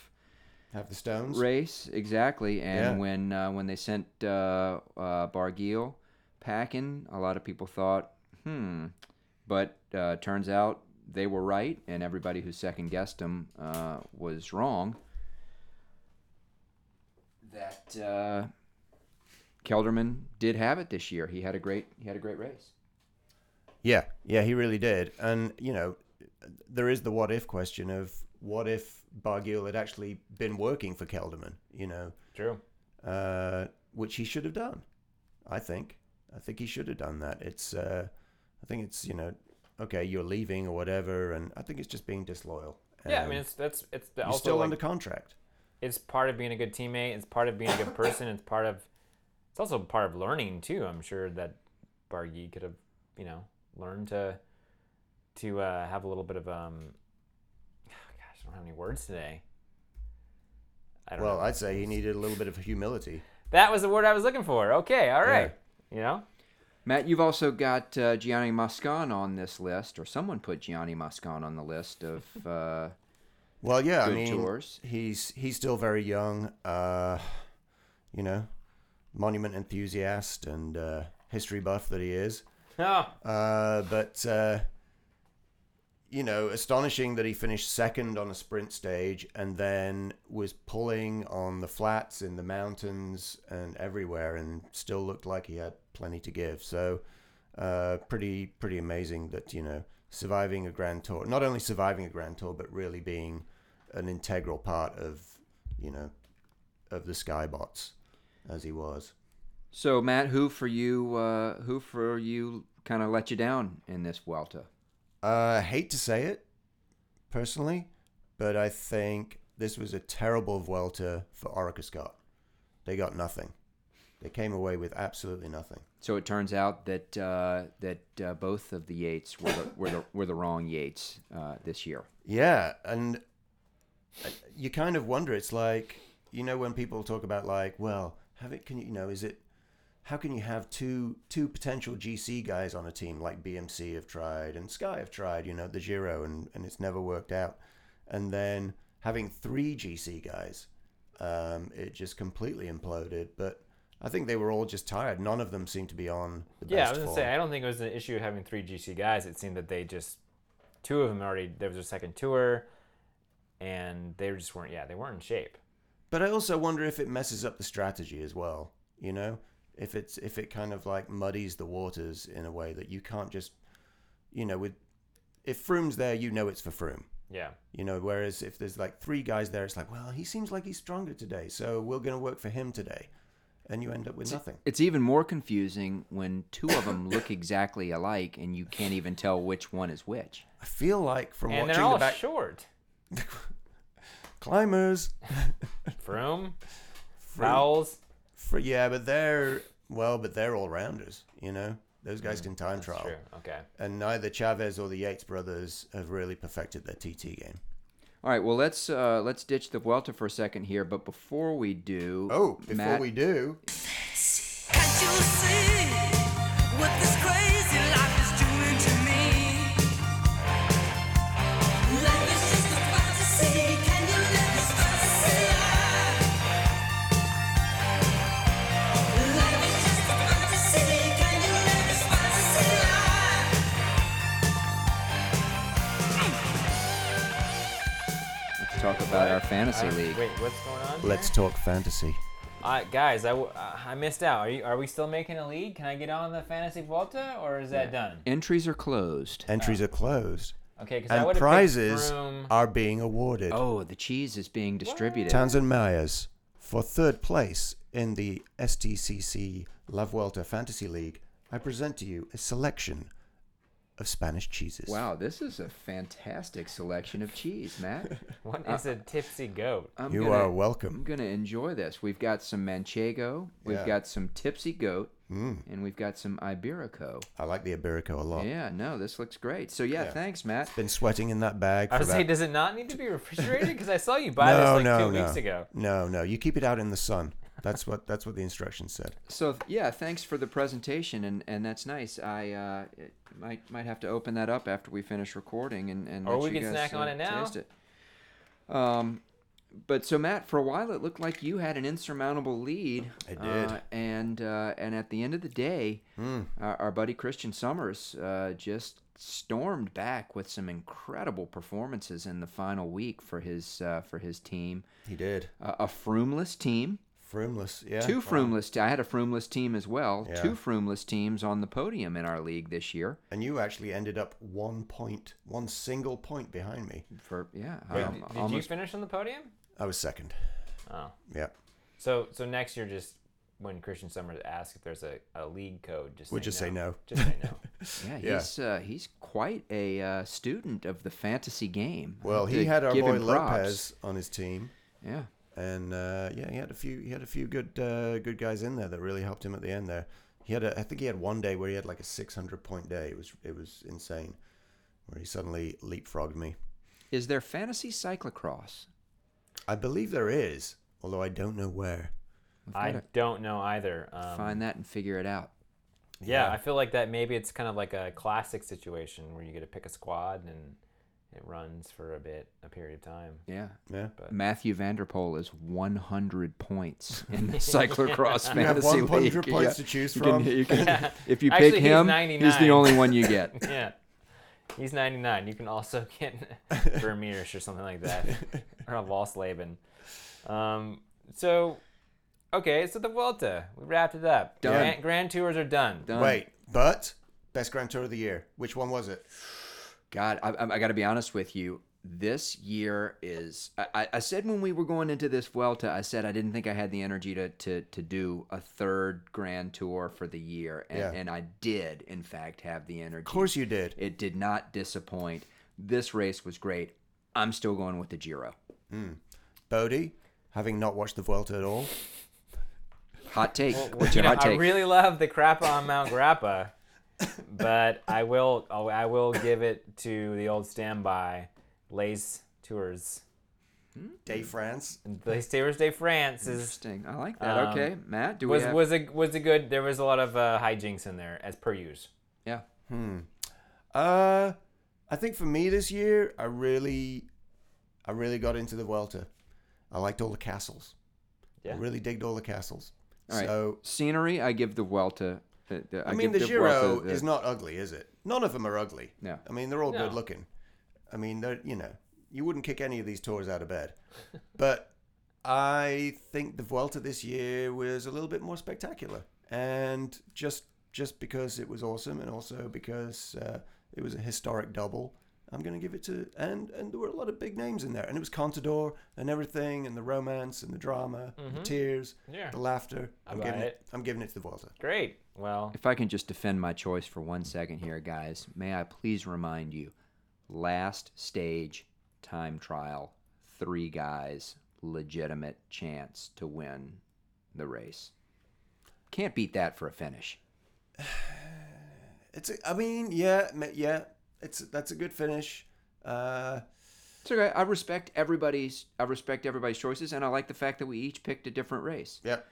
Speaker 1: Have the stones.
Speaker 4: race exactly. And
Speaker 1: Yeah.
Speaker 4: when uh, when they sent uh, uh, Barguil packing, a lot of people thought, hmm. But uh, turns out they were right, and everybody who second guessed him uh, was wrong. That uh, Kelderman did have it this year. He had a great he had a great race.
Speaker 1: Yeah, yeah, he really did. And you know, there is the what if question of what if Bargiel had actually been working for Kelderman, you know,
Speaker 3: True.
Speaker 1: uh, which he should have done. I think, I think he should have done that. It's, uh, I think it's you know, okay, you're leaving or whatever, and I think it's just being disloyal.
Speaker 3: Yeah, I
Speaker 1: Um,
Speaker 3: mean, it's that's it's
Speaker 1: you're
Speaker 3: also
Speaker 1: still
Speaker 3: like,
Speaker 1: under contract.
Speaker 3: it's part of being a good teammate. It's part of being a
Speaker 1: *laughs*
Speaker 3: good person. It's part of it's also part of learning too. I'm sure that Bargy could have you know learned to to uh, have a little bit of um. Gosh, I don't have any words today. I don't
Speaker 1: Well,
Speaker 3: know.
Speaker 1: I'd say he needed a little bit of humility.
Speaker 3: that was the word I was looking for. Okay, all right. You know,
Speaker 4: Matt, you've also got uh, Gianni Moscon on this list, or someone put Gianni Moscon on the list of. *laughs* Uh,
Speaker 1: Well, yeah, I
Speaker 4: good
Speaker 1: mean,
Speaker 4: tours.
Speaker 1: he's he's still very young. Uh, you know, monument enthusiast and uh, history buff that he is.
Speaker 3: oh,
Speaker 1: Uh, but uh, you know, astonishing that he finished second on a sprint stage and then was pulling on the flats in the mountains and everywhere, and still looked like he had plenty to give. So. uh, pretty pretty amazing that you know surviving a grand tour, not only surviving a grand tour, but really being an integral part of you know of the Skybots as he was.
Speaker 4: So Matt, who for you? Uh, who for you? Kind of let you down in this Vuelta.
Speaker 1: Uh, hate to say it, personally, but I think this was a terrible Vuelta for Orica Scott. They got nothing. They came away with absolutely nothing.
Speaker 4: So it turns out that uh, that uh, both of the Yates were the, were the, were the wrong Yates uh, this year.
Speaker 1: Yeah, and uh, you kind of wonder. It's like you know when people talk about like, well, have it? Can you, you know? Is it? How can you have two two potential GC guys on a team like BMC have tried and Sky have tried? You know, the Giro, and and it's never worked out. And then having three GC guys, um, it just completely imploded. But I think they were all just tired. None of them seemed to be on the
Speaker 3: Yeah, I
Speaker 1: best
Speaker 3: was gonna
Speaker 1: form.
Speaker 3: say I don't think it was an issue of having three GC guys. It seemed that they just two of them already there was their second tour, and they just weren't. Yeah, they weren't in shape.
Speaker 1: But I also wonder if it messes up the strategy as well. You know, if it's if it kind of like muddies the waters in a way that you can't just, you know, with if Froome's there, you know it's for Froome.
Speaker 3: Yeah,
Speaker 1: You know, whereas if there's like three guys there, it's like, well, he seems like he's stronger today, so we're going to work for him today, and you end up with nothing.
Speaker 4: It's even more confusing when two of them look exactly alike and you can't even tell which one is which.
Speaker 1: I feel like from
Speaker 3: and they're
Speaker 1: watching the
Speaker 3: all
Speaker 1: back
Speaker 3: short.
Speaker 1: climbers, *laughs* Froome-
Speaker 3: Froome, Fowles.
Speaker 1: for, yeah, but they're well, but they're all rounders. You know, those guys can time trial.
Speaker 3: Mm, True. Okay.
Speaker 1: and neither Chavez or the Yates brothers have really perfected their TT game.
Speaker 4: All right, well let's uh, let's ditch the Vuelta for a second here, but before we do,
Speaker 1: Oh, before
Speaker 4: Matt,
Speaker 1: we do,
Speaker 6: Can't you see what this crazy life is doing to me? Life is just a fantasy. Can you live this fantasy life? Life is just a fantasy. Can you live this fantasy life?
Speaker 4: let's talk about our fantasy
Speaker 3: I-
Speaker 4: league.
Speaker 3: Uh, Wait, what's going on?
Speaker 1: let's talk fantasy.
Speaker 3: I, guys, I, w- uh, I missed out. Are you? Are we still making a league? Can I get on the fantasy Volta, or is that done?
Speaker 4: Entries are closed.
Speaker 1: Entries are closed,
Speaker 3: Okay, because I
Speaker 1: and
Speaker 3: would
Speaker 1: prizes
Speaker 3: Froome.
Speaker 1: are being awarded.
Speaker 4: Oh, the cheese is being distributed.
Speaker 1: Townsend Myers for third place in the STCC La Vuelta Fantasy League. I present to you a selection of Spanish cheeses.
Speaker 4: Wow, this is a fantastic selection of cheese,
Speaker 1: *laughs*
Speaker 4: Matt.
Speaker 3: What is a tipsy goat?
Speaker 4: I'm
Speaker 1: You
Speaker 4: gonna-
Speaker 1: are
Speaker 4: I'm
Speaker 1: welcome.
Speaker 4: gonna enjoy this. We've got some Manchego, we've
Speaker 1: Yeah. Mm.
Speaker 4: got some Tipsy Goat, and we've got some Iberico.
Speaker 1: I like the Iberico a lot.
Speaker 4: Yeah, no, this looks great. So yeah, thanks, Matt.
Speaker 1: Been sweating in that bag. For
Speaker 3: I would say,
Speaker 1: about-
Speaker 3: does it not need to
Speaker 1: *laughs*
Speaker 3: be refrigerated? Because I saw you buy this like two weeks ago.
Speaker 1: No, no. You keep it out in the sun. That's what that's what the instructions said.
Speaker 4: So th- yeah, thanks for the presentation, and, and that's nice. I uh, it might might have to open that up after we finish recording, and and
Speaker 3: Or
Speaker 4: let
Speaker 3: we
Speaker 4: you
Speaker 3: can
Speaker 4: guys,
Speaker 3: snack on
Speaker 4: uh,
Speaker 3: it now.
Speaker 4: Taste it. Um, but so Matt, for a while it looked like you had an insurmountable lead.
Speaker 1: I did. Hmm.
Speaker 4: uh, and uh, and at the end of the day, our, our buddy Christian Summers uh, just stormed back with some incredible performances in the final week for his uh, for his team,
Speaker 1: He did.
Speaker 4: uh, a frumeless team.
Speaker 1: Froomeless, yeah.
Speaker 4: Two
Speaker 1: Wow.
Speaker 4: Froomeless. I had a Froomeless team as well.
Speaker 1: Yeah.
Speaker 4: Two Froomeless teams on the podium in our league this year.
Speaker 1: And you actually ended up one point, one single point behind me.
Speaker 4: For yeah,
Speaker 3: Wait,
Speaker 4: um,
Speaker 3: did you
Speaker 4: almost.
Speaker 3: finish on the podium?
Speaker 1: I was second.
Speaker 3: Oh,
Speaker 1: Yeah.
Speaker 3: so so next year, just when Christian Summers asks if there's a, a league code, just
Speaker 1: We'll
Speaker 3: say
Speaker 1: just
Speaker 3: no.
Speaker 1: say no.
Speaker 3: Just say
Speaker 1: *laughs*
Speaker 3: no.
Speaker 4: yeah,
Speaker 1: yeah.
Speaker 4: he's uh, he's quite a uh, student of the fantasy game. I
Speaker 1: Well,
Speaker 4: have
Speaker 1: he
Speaker 4: to
Speaker 1: had our
Speaker 4: give
Speaker 1: boy
Speaker 4: him props.
Speaker 1: Lopez on his team,
Speaker 4: Yeah,
Speaker 1: and uh, yeah, he had a few. He had a few good uh, good guys in there that really helped him at the end. There, he had. A, I think he had one day where he had like a 600 point day. It was it was insane, where he suddenly leapfrogged me.
Speaker 4: is there fantasy cyclocross?
Speaker 1: I believe there is, although I don't know where.
Speaker 4: We've
Speaker 3: I
Speaker 4: gotta
Speaker 3: don't know either. Um,
Speaker 4: find that and figure it out.
Speaker 3: Yeah,
Speaker 1: Yeah.
Speaker 3: I feel like that maybe it's kind of like a classic situation where you get to pick a squad and it runs for a bit, a period of time.
Speaker 4: Yeah.
Speaker 1: Yeah.
Speaker 4: Matthew Vanderpool is 100
Speaker 3: *laughs*
Speaker 4: points in the cyclocross
Speaker 1: You have
Speaker 4: fantasy league.
Speaker 1: 100 points to choose
Speaker 4: You can-
Speaker 1: from.
Speaker 4: you
Speaker 3: *laughs*
Speaker 4: can- if you
Speaker 3: Actually,
Speaker 4: pick
Speaker 3: he's
Speaker 4: him, he's the
Speaker 3: 99.
Speaker 4: only one you
Speaker 3: *laughs*
Speaker 4: get.
Speaker 3: Yeah. He's 99. You can also *laughs*
Speaker 4: *laughs*
Speaker 3: get Vermeersch or something like that, or a Volsleben. Um, so, okay, so the Vuelta, we wrapped it up.
Speaker 4: Done.
Speaker 3: Grand, grand tours are done.
Speaker 4: Done.
Speaker 1: Wait, but Best Grand Tour of the year. Which one was it?
Speaker 4: God, I, I, I got to be honest with you. This year is. I, I- I said when we were going into this Vuelta, I said I didn't think I had the energy to to, to do a third Grand Tour for the year, and,
Speaker 1: Yeah.
Speaker 4: and I did, in fact, have the energy.
Speaker 1: Of course you did.
Speaker 4: It did not disappoint. This race was great. I'm still going with the Giro.
Speaker 1: Bodie, having not watched the Vuelta at all.
Speaker 4: Hot take. What's
Speaker 3: You
Speaker 4: your
Speaker 3: know,
Speaker 4: hot
Speaker 3: I
Speaker 4: take?
Speaker 3: really love the crappa on Mount Grappa, but I will oh, I will give it to the old standby, Lays Tours.
Speaker 1: Day France.
Speaker 3: Lays Tours de France is
Speaker 4: Interesting. I like that.
Speaker 3: Um,
Speaker 4: okay, Matt. Do we
Speaker 3: was
Speaker 4: have?
Speaker 3: was a was a good. There was a lot of uh, hijinks in there as per use.
Speaker 4: yeah.
Speaker 1: Uh, I think for me this year, I really, I really got into the Vuelta. I liked all the castles.
Speaker 3: Yeah.
Speaker 1: I really digged all the castles.
Speaker 4: All right.
Speaker 1: So
Speaker 4: Scenery. I give the Welta. The, the,
Speaker 1: I, mean,
Speaker 4: give
Speaker 1: the Giro
Speaker 4: Vuelta the-
Speaker 1: is not ugly, is it? None of them are ugly.
Speaker 4: No.
Speaker 1: I mean, they're all
Speaker 3: No.
Speaker 1: good looking. I mean, they're you know, you wouldn't kick any of these tours out of
Speaker 3: *laughs*
Speaker 1: bed. but I think the Vuelta this year was a little bit more spectacular, and just just because it was awesome, and also because uh, it was a historic double. I'm going to give it to and and there were a lot of big names in there, and it was Contador and everything, and the romance and the drama, the tears,
Speaker 3: Mm-hmm. Yeah.
Speaker 1: the laughter. I'm
Speaker 3: buy
Speaker 1: giving
Speaker 3: it.
Speaker 1: I'm giving it to the Vuelta.
Speaker 3: Great. Well,
Speaker 4: If I can just defend my choice for one second here, guys, may I please remind you last stage time trial, three guys, legitimate chance to win the race. Can't beat that for a finish.
Speaker 1: It's. A, I mean, yeah, ma- yeah. It's that's a good finish. Uh,
Speaker 4: It's okay. I respect everybody's I respect everybody's choices and I like the fact that we each picked a different race.
Speaker 1: yep.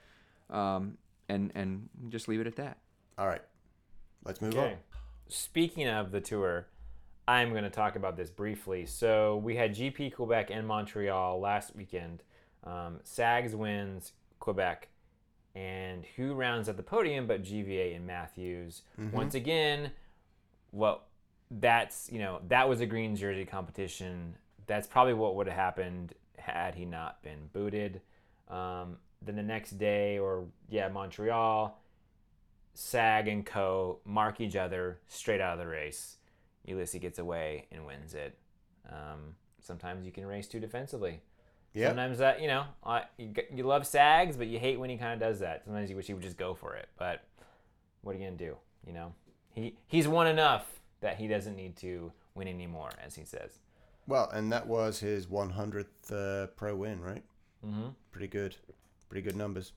Speaker 4: Um and and just leave it at that.
Speaker 1: All right. Let's move
Speaker 3: Okay. Speaking of the tour, I'm going to talk about this briefly. So we had GP Quebec and Montreal last weekend. Um, Sags wins Quebec, and who rounds at the podium but GVA and Matthews? Once again, what that's you know that was a green jersey competition. That's probably what would have happened had he not been booted. Um, then the next day, or yeah, Montreal. Sag and Co. mark each other straight out of the race. Ulysses gets away and wins it. Um, sometimes you can race too defensively.
Speaker 1: Yep.
Speaker 3: Sometimes that you know I, you, g- you love Sags, but you hate when he kind of does that. Sometimes you wish he would just go for it. But what are you gonna do? You know, he he's won enough that he doesn't need to win anymore, as he says.
Speaker 1: Well, and that was his 100th uh, pro win, right? Mm-hmm. Pretty good. Pretty good numbers.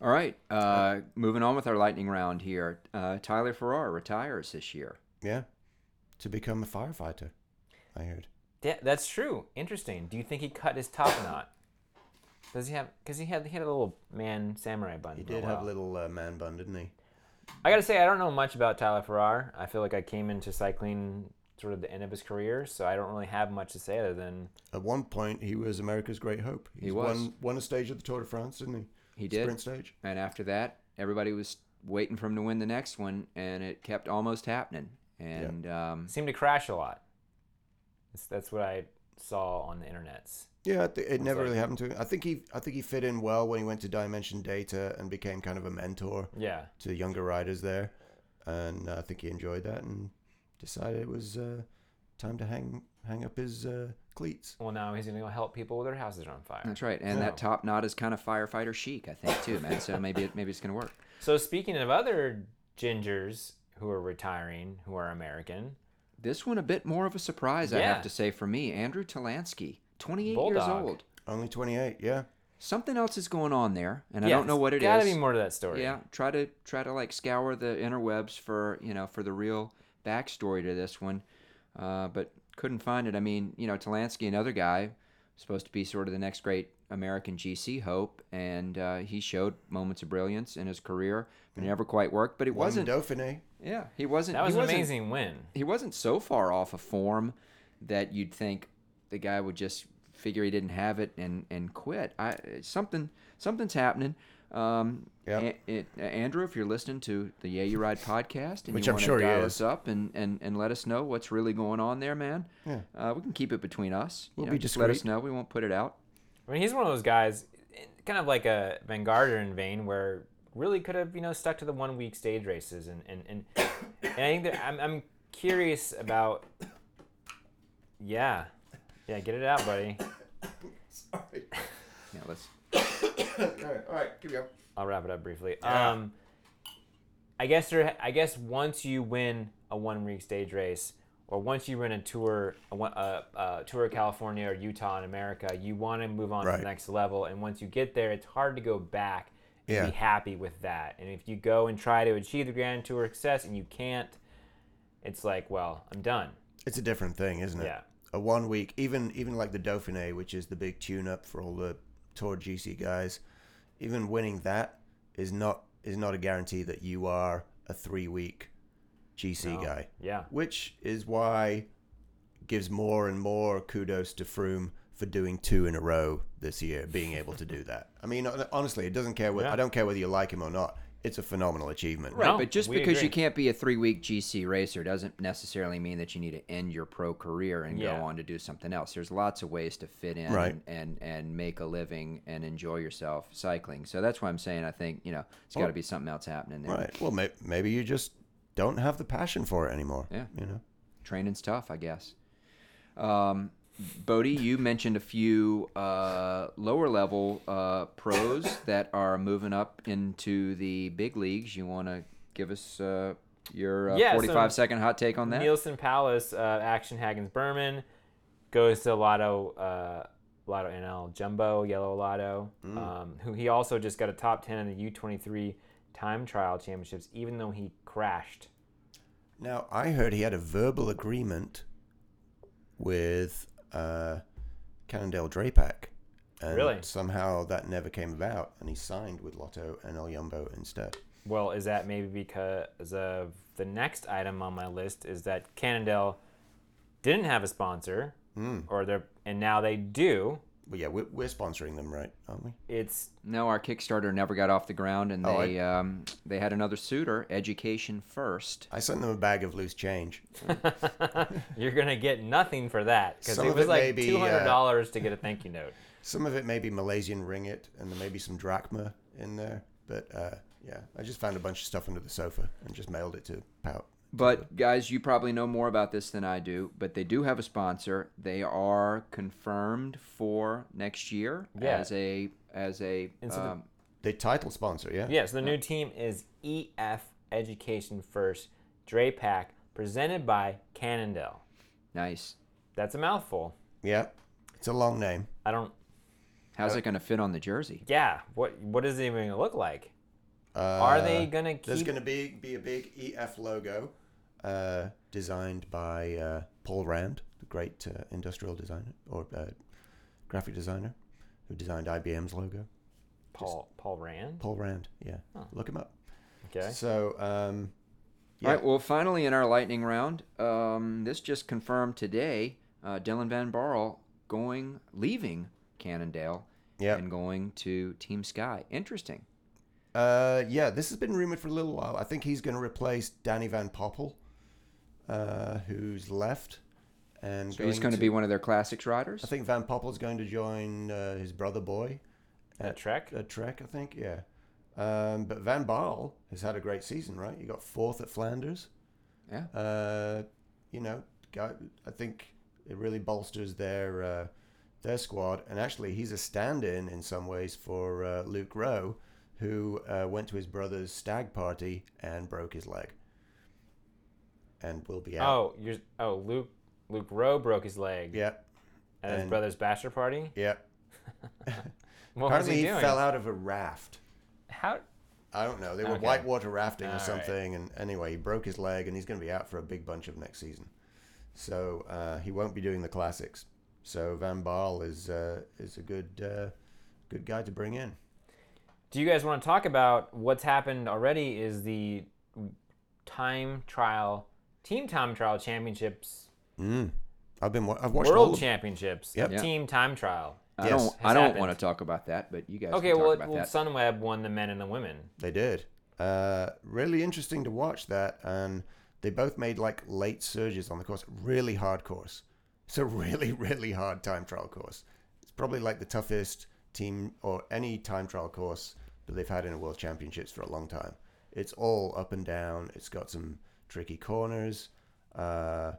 Speaker 4: All right. Uh moving on with our lightning round here. Uh Tyler Farrar retires this year.
Speaker 1: Yeah. To become a firefighter, I heard.
Speaker 3: Yeah, that's true. Interesting. Do you think he cut his top knot? Does he have? Because he had he had a little man samurai bun.
Speaker 1: He
Speaker 3: for a
Speaker 1: did have
Speaker 3: while.
Speaker 1: a little uh, man bun, didn't he?
Speaker 3: I gotta say, I don't know much about Tyler Farrar. I feel like I came into cycling sort of the end of his career, so I don't really have much to say other than
Speaker 1: At one point, he was America's great hope. He's
Speaker 4: was.
Speaker 1: Won, won a stage at the Tour de France, didn't he?
Speaker 4: He did.
Speaker 1: Sprint stage.
Speaker 4: And after that, everybody was waiting for him to win the next one, and it kept almost happening. And um,
Speaker 3: seemed to crash a lot. That's, that's what I saw on the internets.
Speaker 1: Yeah, I thi- it never
Speaker 3: like-
Speaker 1: really happened to him. I think he, I think he fit in well when he went to Dimension Data and became kind of a mentor.
Speaker 3: Yeah,
Speaker 1: to younger riders there, and uh, I think he enjoyed that and decided it was uh, time to hang hang up his uh, cleats.
Speaker 3: well, now he's gonna go help people with their houses on fire.
Speaker 4: that's right. And that top knot is kind of firefighter chic, I think, too, man. So maybe it, maybe it's gonna work.
Speaker 3: So, speaking of other gingers who are retiring, who are American,
Speaker 4: This one a bit more of a surprise, I
Speaker 3: Yeah.
Speaker 4: have to say, for me. Andrew Talansky, 28 years
Speaker 3: Bulldog.
Speaker 4: old.
Speaker 1: Only 28, yeah.
Speaker 4: Something else is going on there, and I
Speaker 3: Yeah,
Speaker 4: don't know what it
Speaker 3: it's
Speaker 4: is.
Speaker 3: gotta be more to that story.
Speaker 4: Yeah, try to try to like scour the interwebs for you know for the real backstory to this one, uh, but couldn't find it. I mean, you know, Talansky, another guy, supposed to be sort of the next great American GC hope, and uh, he showed moments of brilliance in his career, but never quite worked. But he
Speaker 1: Won
Speaker 4: wasn't.
Speaker 1: Dauphiné.
Speaker 4: Yeah, he wasn't.
Speaker 3: that was
Speaker 4: he
Speaker 3: an
Speaker 4: wasn't,
Speaker 3: amazing win.
Speaker 4: He wasn't so far off of form that you'd think the guy would just figure he didn't have it and and quit. I something something's happening. Um,
Speaker 1: Yep.
Speaker 4: A- it- Andrew, if you're listening to the Yeah You Ride podcast, and
Speaker 1: Which
Speaker 4: you
Speaker 1: I'm
Speaker 4: wanna
Speaker 1: sure he
Speaker 4: dial
Speaker 1: is.
Speaker 4: us up and, and, and let us know what's really going on there, man. Yeah. Uh, we can keep it between us.
Speaker 1: We'll
Speaker 4: you
Speaker 1: be
Speaker 4: just let us
Speaker 1: discreet.
Speaker 4: know. We won't put it out.
Speaker 3: I mean, he's one of those guys, kind of like a Van Gardner in vein, where really could have you know stuck to the one week stage races and and and, and I think that I'm I'm curious about. Yeah, yeah, get it out, buddy.
Speaker 1: Sorry.
Speaker 4: Yeah, let's.
Speaker 1: All right, all right, keep going.
Speaker 3: I'll wrap it up briefly. Um, I guess there, I guess once you win a one week stage race, or once you win a tour, a, one- a, a tour of California or Utah in America, you want to move on to
Speaker 1: Right.
Speaker 3: the next level. And once you get there, it's hard to go back and
Speaker 1: Yeah.
Speaker 3: be happy with that. And if you go and try to achieve the Grand Tour success and you can't, it's like, well, I'm done.
Speaker 1: It's a different thing, isn't it?
Speaker 3: Yeah.
Speaker 1: A one week, even even like the Dauphiné, which is the big tune up for all the Tour GC guys, even winning that is not is not a guarantee that you are a three week GC
Speaker 3: No.
Speaker 1: guy.
Speaker 3: Yeah.
Speaker 1: Which is why gives more and more kudos to Froome for doing two in a row this year, being able to do that. I mean, hon- honestly, it doesn't care. Whether,
Speaker 3: Yeah.
Speaker 1: I don't care whether you like him or not. It's a phenomenal achievement.
Speaker 4: Right,
Speaker 3: No,
Speaker 4: but just
Speaker 3: Oh, we
Speaker 4: because you
Speaker 3: agree.
Speaker 4: can't be a three-week GC racer doesn't necessarily mean that you need to end your pro career and
Speaker 3: Yeah.
Speaker 4: go on to do something else. There's lots of ways to fit in
Speaker 1: Right.
Speaker 4: and, and and make a living and enjoy yourself cycling. So that's why I'm saying I think you know it's got to be something else happening there.
Speaker 1: Right. Well, may- maybe you just don't have the passion for it anymore.
Speaker 4: Yeah.
Speaker 1: You know.
Speaker 4: training's tough, I guess. Um, Bodie, you mentioned a few uh, lower level uh,
Speaker 1: *coughs*
Speaker 4: pros that are moving up into the big leagues. You want to give us uh, your uh,
Speaker 3: Yeah, so
Speaker 4: 45 second hot take on that?
Speaker 3: Nielsen Palace, uh, Action Hagens Berman, goes to Lotto, uh, Lotto NL Jumbo, Yellow Lotto,
Speaker 1: Mm.
Speaker 3: um, who he also just got a top 10 in the U23 time trial championships, even though he crashed.
Speaker 1: Now I heard he had a verbal agreement with uh, Cannondale Drapac. And
Speaker 3: Really?
Speaker 1: Somehow that never came about, and he signed with Lotto and El Yumbo instead.
Speaker 3: Well, is that maybe because of the next item on my list is that Cannondale didn't have a sponsor,
Speaker 1: Mm.
Speaker 3: or they're, and now they do.
Speaker 1: But yeah, we're, we're sponsoring them, right? Aren't we?
Speaker 3: It's
Speaker 4: No, our Kickstarter never got off the ground, and
Speaker 1: Oh, I-
Speaker 4: they um, they had another suitor, Education First.
Speaker 1: I sent them a bag of loose change.
Speaker 3: you're gonna get nothing for that because
Speaker 1: Some
Speaker 3: it
Speaker 1: of
Speaker 3: was
Speaker 1: it may
Speaker 3: like
Speaker 1: be, uh,
Speaker 3: two hundred dollars to get a thank you note.
Speaker 1: Some of it may be Malaysian ringgit, and there may be some drachma in there. But uh, yeah, I just found a bunch of stuff under the sofa and just mailed it to Pout.
Speaker 4: But guys, you probably know more about this than I do. But they do have a sponsor. They are confirmed for next year
Speaker 3: Yeah.
Speaker 4: as a as a
Speaker 3: And so the-
Speaker 4: um,
Speaker 1: They title sponsor, yeah?
Speaker 3: Yeah, so the new team is EF Education First Dre Pack, presented by Cannondale.
Speaker 4: nice.
Speaker 3: That's a mouthful.
Speaker 1: Yeah. It's a long name.
Speaker 3: I don't. Uh,
Speaker 4: How's it going to fit on the jersey?
Speaker 3: Yeah, what what is it even gonna look like?
Speaker 1: Uh,
Speaker 3: Are they gonna
Speaker 1: There's
Speaker 3: keep?
Speaker 1: going to be be a big EF logo, uh, designed by uh, Paul Rand, the great uh, industrial designer or uh, graphic designer, who designed IBM's logo.
Speaker 3: Paul Paul Rand.
Speaker 1: Paul Rand, yeah, look him up.
Speaker 3: Okay.
Speaker 1: So, um, yeah,
Speaker 4: All right. Well, finally, in our lightning round, um, this just confirmed today: uh, Dylan Van Barl going, leaving Cannondale,
Speaker 1: yeah,
Speaker 4: and going to Team Sky. Interesting.
Speaker 1: uh, yeah. This has been rumored for a little while. I think he's going to replace Danny Van Poppel, uh, who's left, and
Speaker 4: So he's going to be one of their classics riders.
Speaker 1: I think Van Poppel's going to join uh, his brother boy. uh,
Speaker 3: At Trek?
Speaker 1: At Trek, I think, yeah. Um, but Van Baal has had a great season, right? He got fourth at Flanders.
Speaker 4: Yeah.
Speaker 1: Uh, you know, guy, I think it really bolsters their uh, their squad. And actually, he's a stand-in in some ways for uh, Luke Rowe, who uh, went to his brother's stag party and broke his leg, and will be out.
Speaker 3: Oh, you're. Oh, Luke Luke Rowe broke his leg
Speaker 1: Yeah,
Speaker 3: at his
Speaker 1: and-
Speaker 3: brother's bachelor party.
Speaker 1: yeah.
Speaker 3: What
Speaker 1: Apparently,
Speaker 3: was
Speaker 1: he
Speaker 3: he doing?
Speaker 1: fell out of a raft.
Speaker 3: How?
Speaker 1: I don't know. They were
Speaker 3: Okay.
Speaker 1: whitewater rafting or
Speaker 3: All right.
Speaker 1: something, and anyway, he broke his leg, and he's going to be out for a big bunch of next season. So uh, he won't be doing the classics. So Van Baal is uh, is a good uh, good guy to bring in.
Speaker 3: Do you guys want to talk about what's happened already? Is the time trial team time trial championships
Speaker 1: I've been wa- I've watched all
Speaker 3: world
Speaker 1: of-
Speaker 3: championships
Speaker 1: Yep.
Speaker 3: of team time trial?
Speaker 4: I
Speaker 1: Yes,
Speaker 4: don't.
Speaker 1: has
Speaker 4: I don't
Speaker 3: happened.
Speaker 4: want to talk about that, but you guys.
Speaker 3: Okay,
Speaker 4: can talk
Speaker 3: well,
Speaker 4: about
Speaker 3: well
Speaker 4: that.
Speaker 3: Sunweb won the men and the women.
Speaker 1: They did. Uh, really interesting to watch that, and they both made like late surges on the course. Really hard course. It's a really *laughs* really hard time trial course. It's probably like the toughest team or any time trial course that they've had in the World Championships for a long time. It's all up and down. It's got some tricky corners. Uh,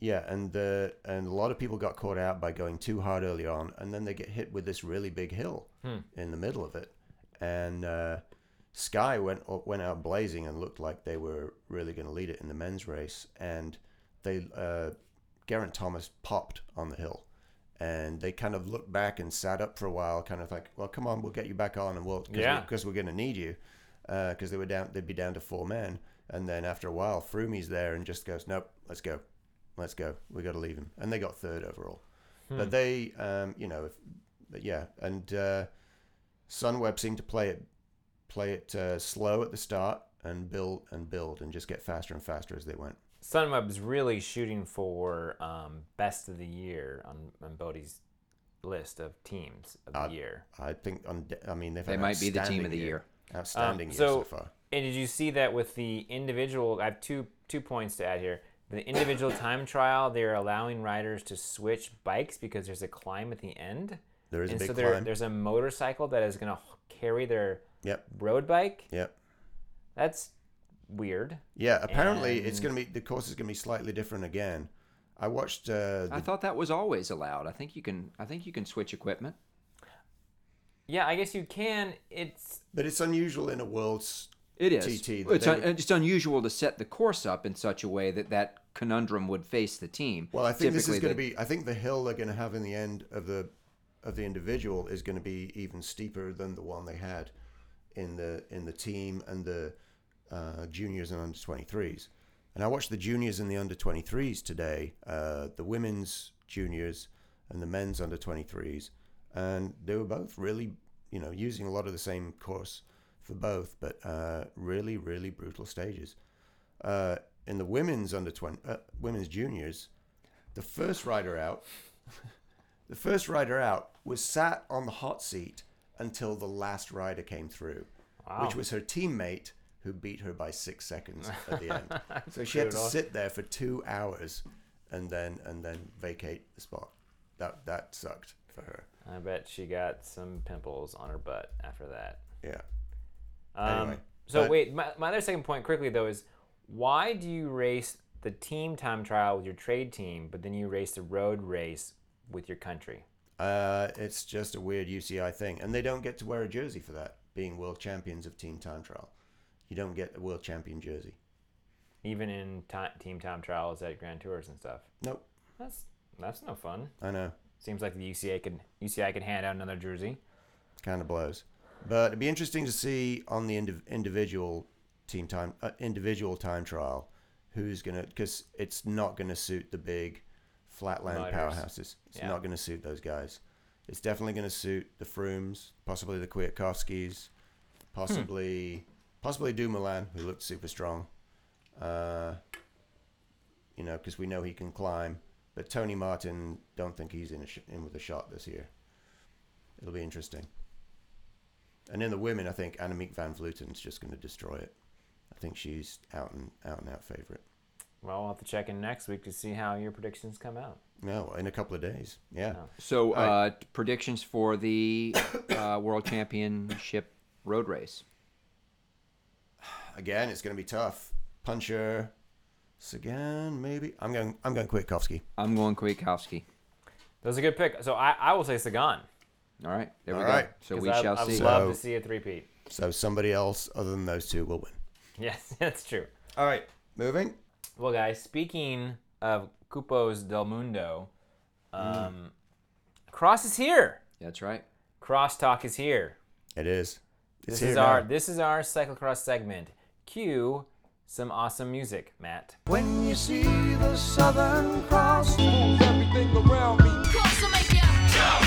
Speaker 1: yeah, and the and a lot of people got caught out by going too hard early on, and then they get hit with this really big hill in the middle of it. And uh, Sky went went out blazing and looked like they were really going to lead it in the men's race, and they uh, Geraint Thomas popped on the hill, and they kind of looked back and sat up for a while, kind of like, well, come on, we'll get you back on, and we'll cause
Speaker 3: Yeah.
Speaker 1: because we're going to need you, because they were down they'd be down to four men, and then after a while, Froome's there and just goes, nope, let's go, let's go, we got to leave him, and they got third overall,
Speaker 3: Hmm.
Speaker 1: but they, um, you know, if, but yeah, and uh, Sunweb seemed to play it play it uh, slow at the start and build and build and just get faster and faster as they went.
Speaker 3: Sunweb's really shooting for um, best of the year on, on Bodie's list of teams of the
Speaker 1: Uh,
Speaker 3: year.
Speaker 1: I think on de- I mean they've
Speaker 4: They
Speaker 1: had
Speaker 4: might be the
Speaker 1: outstanding
Speaker 4: team of the year.
Speaker 1: Outstanding
Speaker 3: Um,
Speaker 1: year
Speaker 3: so-
Speaker 1: so far.
Speaker 3: And did you see that with the individual? I have two two points to add here. The
Speaker 1: *coughs*
Speaker 3: individual time trial, they're allowing riders to switch bikes because there's a climb at the end.
Speaker 1: There is a
Speaker 3: and
Speaker 1: big
Speaker 3: so there,
Speaker 1: climb.
Speaker 3: there's a motorcycle that is going to carry their
Speaker 1: Yep.
Speaker 3: road bike.
Speaker 1: Yep.
Speaker 3: That's weird.
Speaker 1: Yeah, apparently it's going to be the course is going to be slightly different again. I watched uh,
Speaker 4: I
Speaker 1: the,
Speaker 4: thought that was always allowed. I think you can. I think you can switch equipment.
Speaker 3: Yeah, I guess you can. It's
Speaker 1: but it's unusual in a world's
Speaker 4: It is.
Speaker 1: TT that
Speaker 4: it's,
Speaker 1: they
Speaker 4: un-
Speaker 1: would-
Speaker 4: it's unusual to set the course up in such a way that that conundrum would face the team.
Speaker 1: Well, I think this is
Speaker 4: Typically
Speaker 1: going to
Speaker 4: they-
Speaker 1: be I think the hill they're going to have in the end of the of the individual is going to be even steeper than the one they had in the in the team and the uh, juniors and under 23s. And I watched the juniors and the under 23s today, uh, the women's juniors and the men's under 23s, and they were both really, you know, using a lot of the same course for both, but uh, really, really brutal stages. Uh, in the women's under 20, uh, women's juniors, the first rider out, *laughs* the first rider out was sat on the hot seat until the last rider came through, which was her teammate who beat her by six seconds at the end. so she had to sit there for two hours and then and then vacate the spot. That that sucked for her.
Speaker 3: I bet she got some pimples on her butt after that.
Speaker 1: Yeah.
Speaker 3: Um,
Speaker 1: Anyway,
Speaker 3: so
Speaker 1: but-
Speaker 3: wait, my, my other second point quickly though is why do you race the team time trial with your trade team, but then you race the road race with your country?
Speaker 1: Uh, it's just a weird UCI thing, and they don't get to wear a jersey for that. Being world champions of team time trial, you don't get a world champion jersey.
Speaker 3: Even in ti team time trials at Grand Tours and stuff.
Speaker 1: Nope.
Speaker 3: That's that's no fun.
Speaker 1: I know.
Speaker 3: Seems like the UCI could UCI could hand out another jersey.
Speaker 1: kind of blows. But it'd be interesting to see on the indiv- individual team time, uh, individual time trial, who's gonna because it's not gonna suit the big flatland
Speaker 3: Riders.
Speaker 1: powerhouses. It's
Speaker 3: Yeah.
Speaker 1: not gonna suit those guys. It's definitely gonna suit the Frooms, possibly the Kwiatkowskis, possibly possibly Dumoulin, who looked super strong. Uh, you know, because we know he can climb. But Tony Martin, don't think he's in a sh- in with a shot this year. It'll be interesting. And in the women, I think Annemiek van Vluten's just going to destroy it. I think she's out and out and out favorite.
Speaker 3: Well, we'll have to check in next week to see how your predictions come out.
Speaker 1: No, in a couple of days. Yeah.
Speaker 4: So uh, predictions for the uh, World Championship road race.
Speaker 1: Again, it's going to be tough. Puncher, Sagan, maybe. I'm going. I'm going Kwiatkowski.
Speaker 4: I'm going Kwiatkowski.
Speaker 3: That was a good pick. So I, I will say Sagan.
Speaker 4: All right, there we
Speaker 1: All
Speaker 4: go.
Speaker 1: right.
Speaker 4: So
Speaker 3: 'cause
Speaker 4: we
Speaker 3: I,
Speaker 4: shall
Speaker 3: I would
Speaker 4: see.
Speaker 3: love to
Speaker 1: So-
Speaker 3: see a three-peat.
Speaker 1: So somebody else other than those two will win.
Speaker 3: Yes, *laughs* that's true.
Speaker 1: All right, moving.
Speaker 3: Well, guys, speaking of Cupos del Mundo, um, Cross is here.
Speaker 4: That's right.
Speaker 3: Crosstalk is here.
Speaker 1: It is. It's
Speaker 3: This
Speaker 1: here
Speaker 3: is our
Speaker 1: now.
Speaker 3: this is our cyclocross segment. Cue some awesome music, Matt.
Speaker 7: When you see the Southern Cross, move everything around me.
Speaker 6: Cross will make you.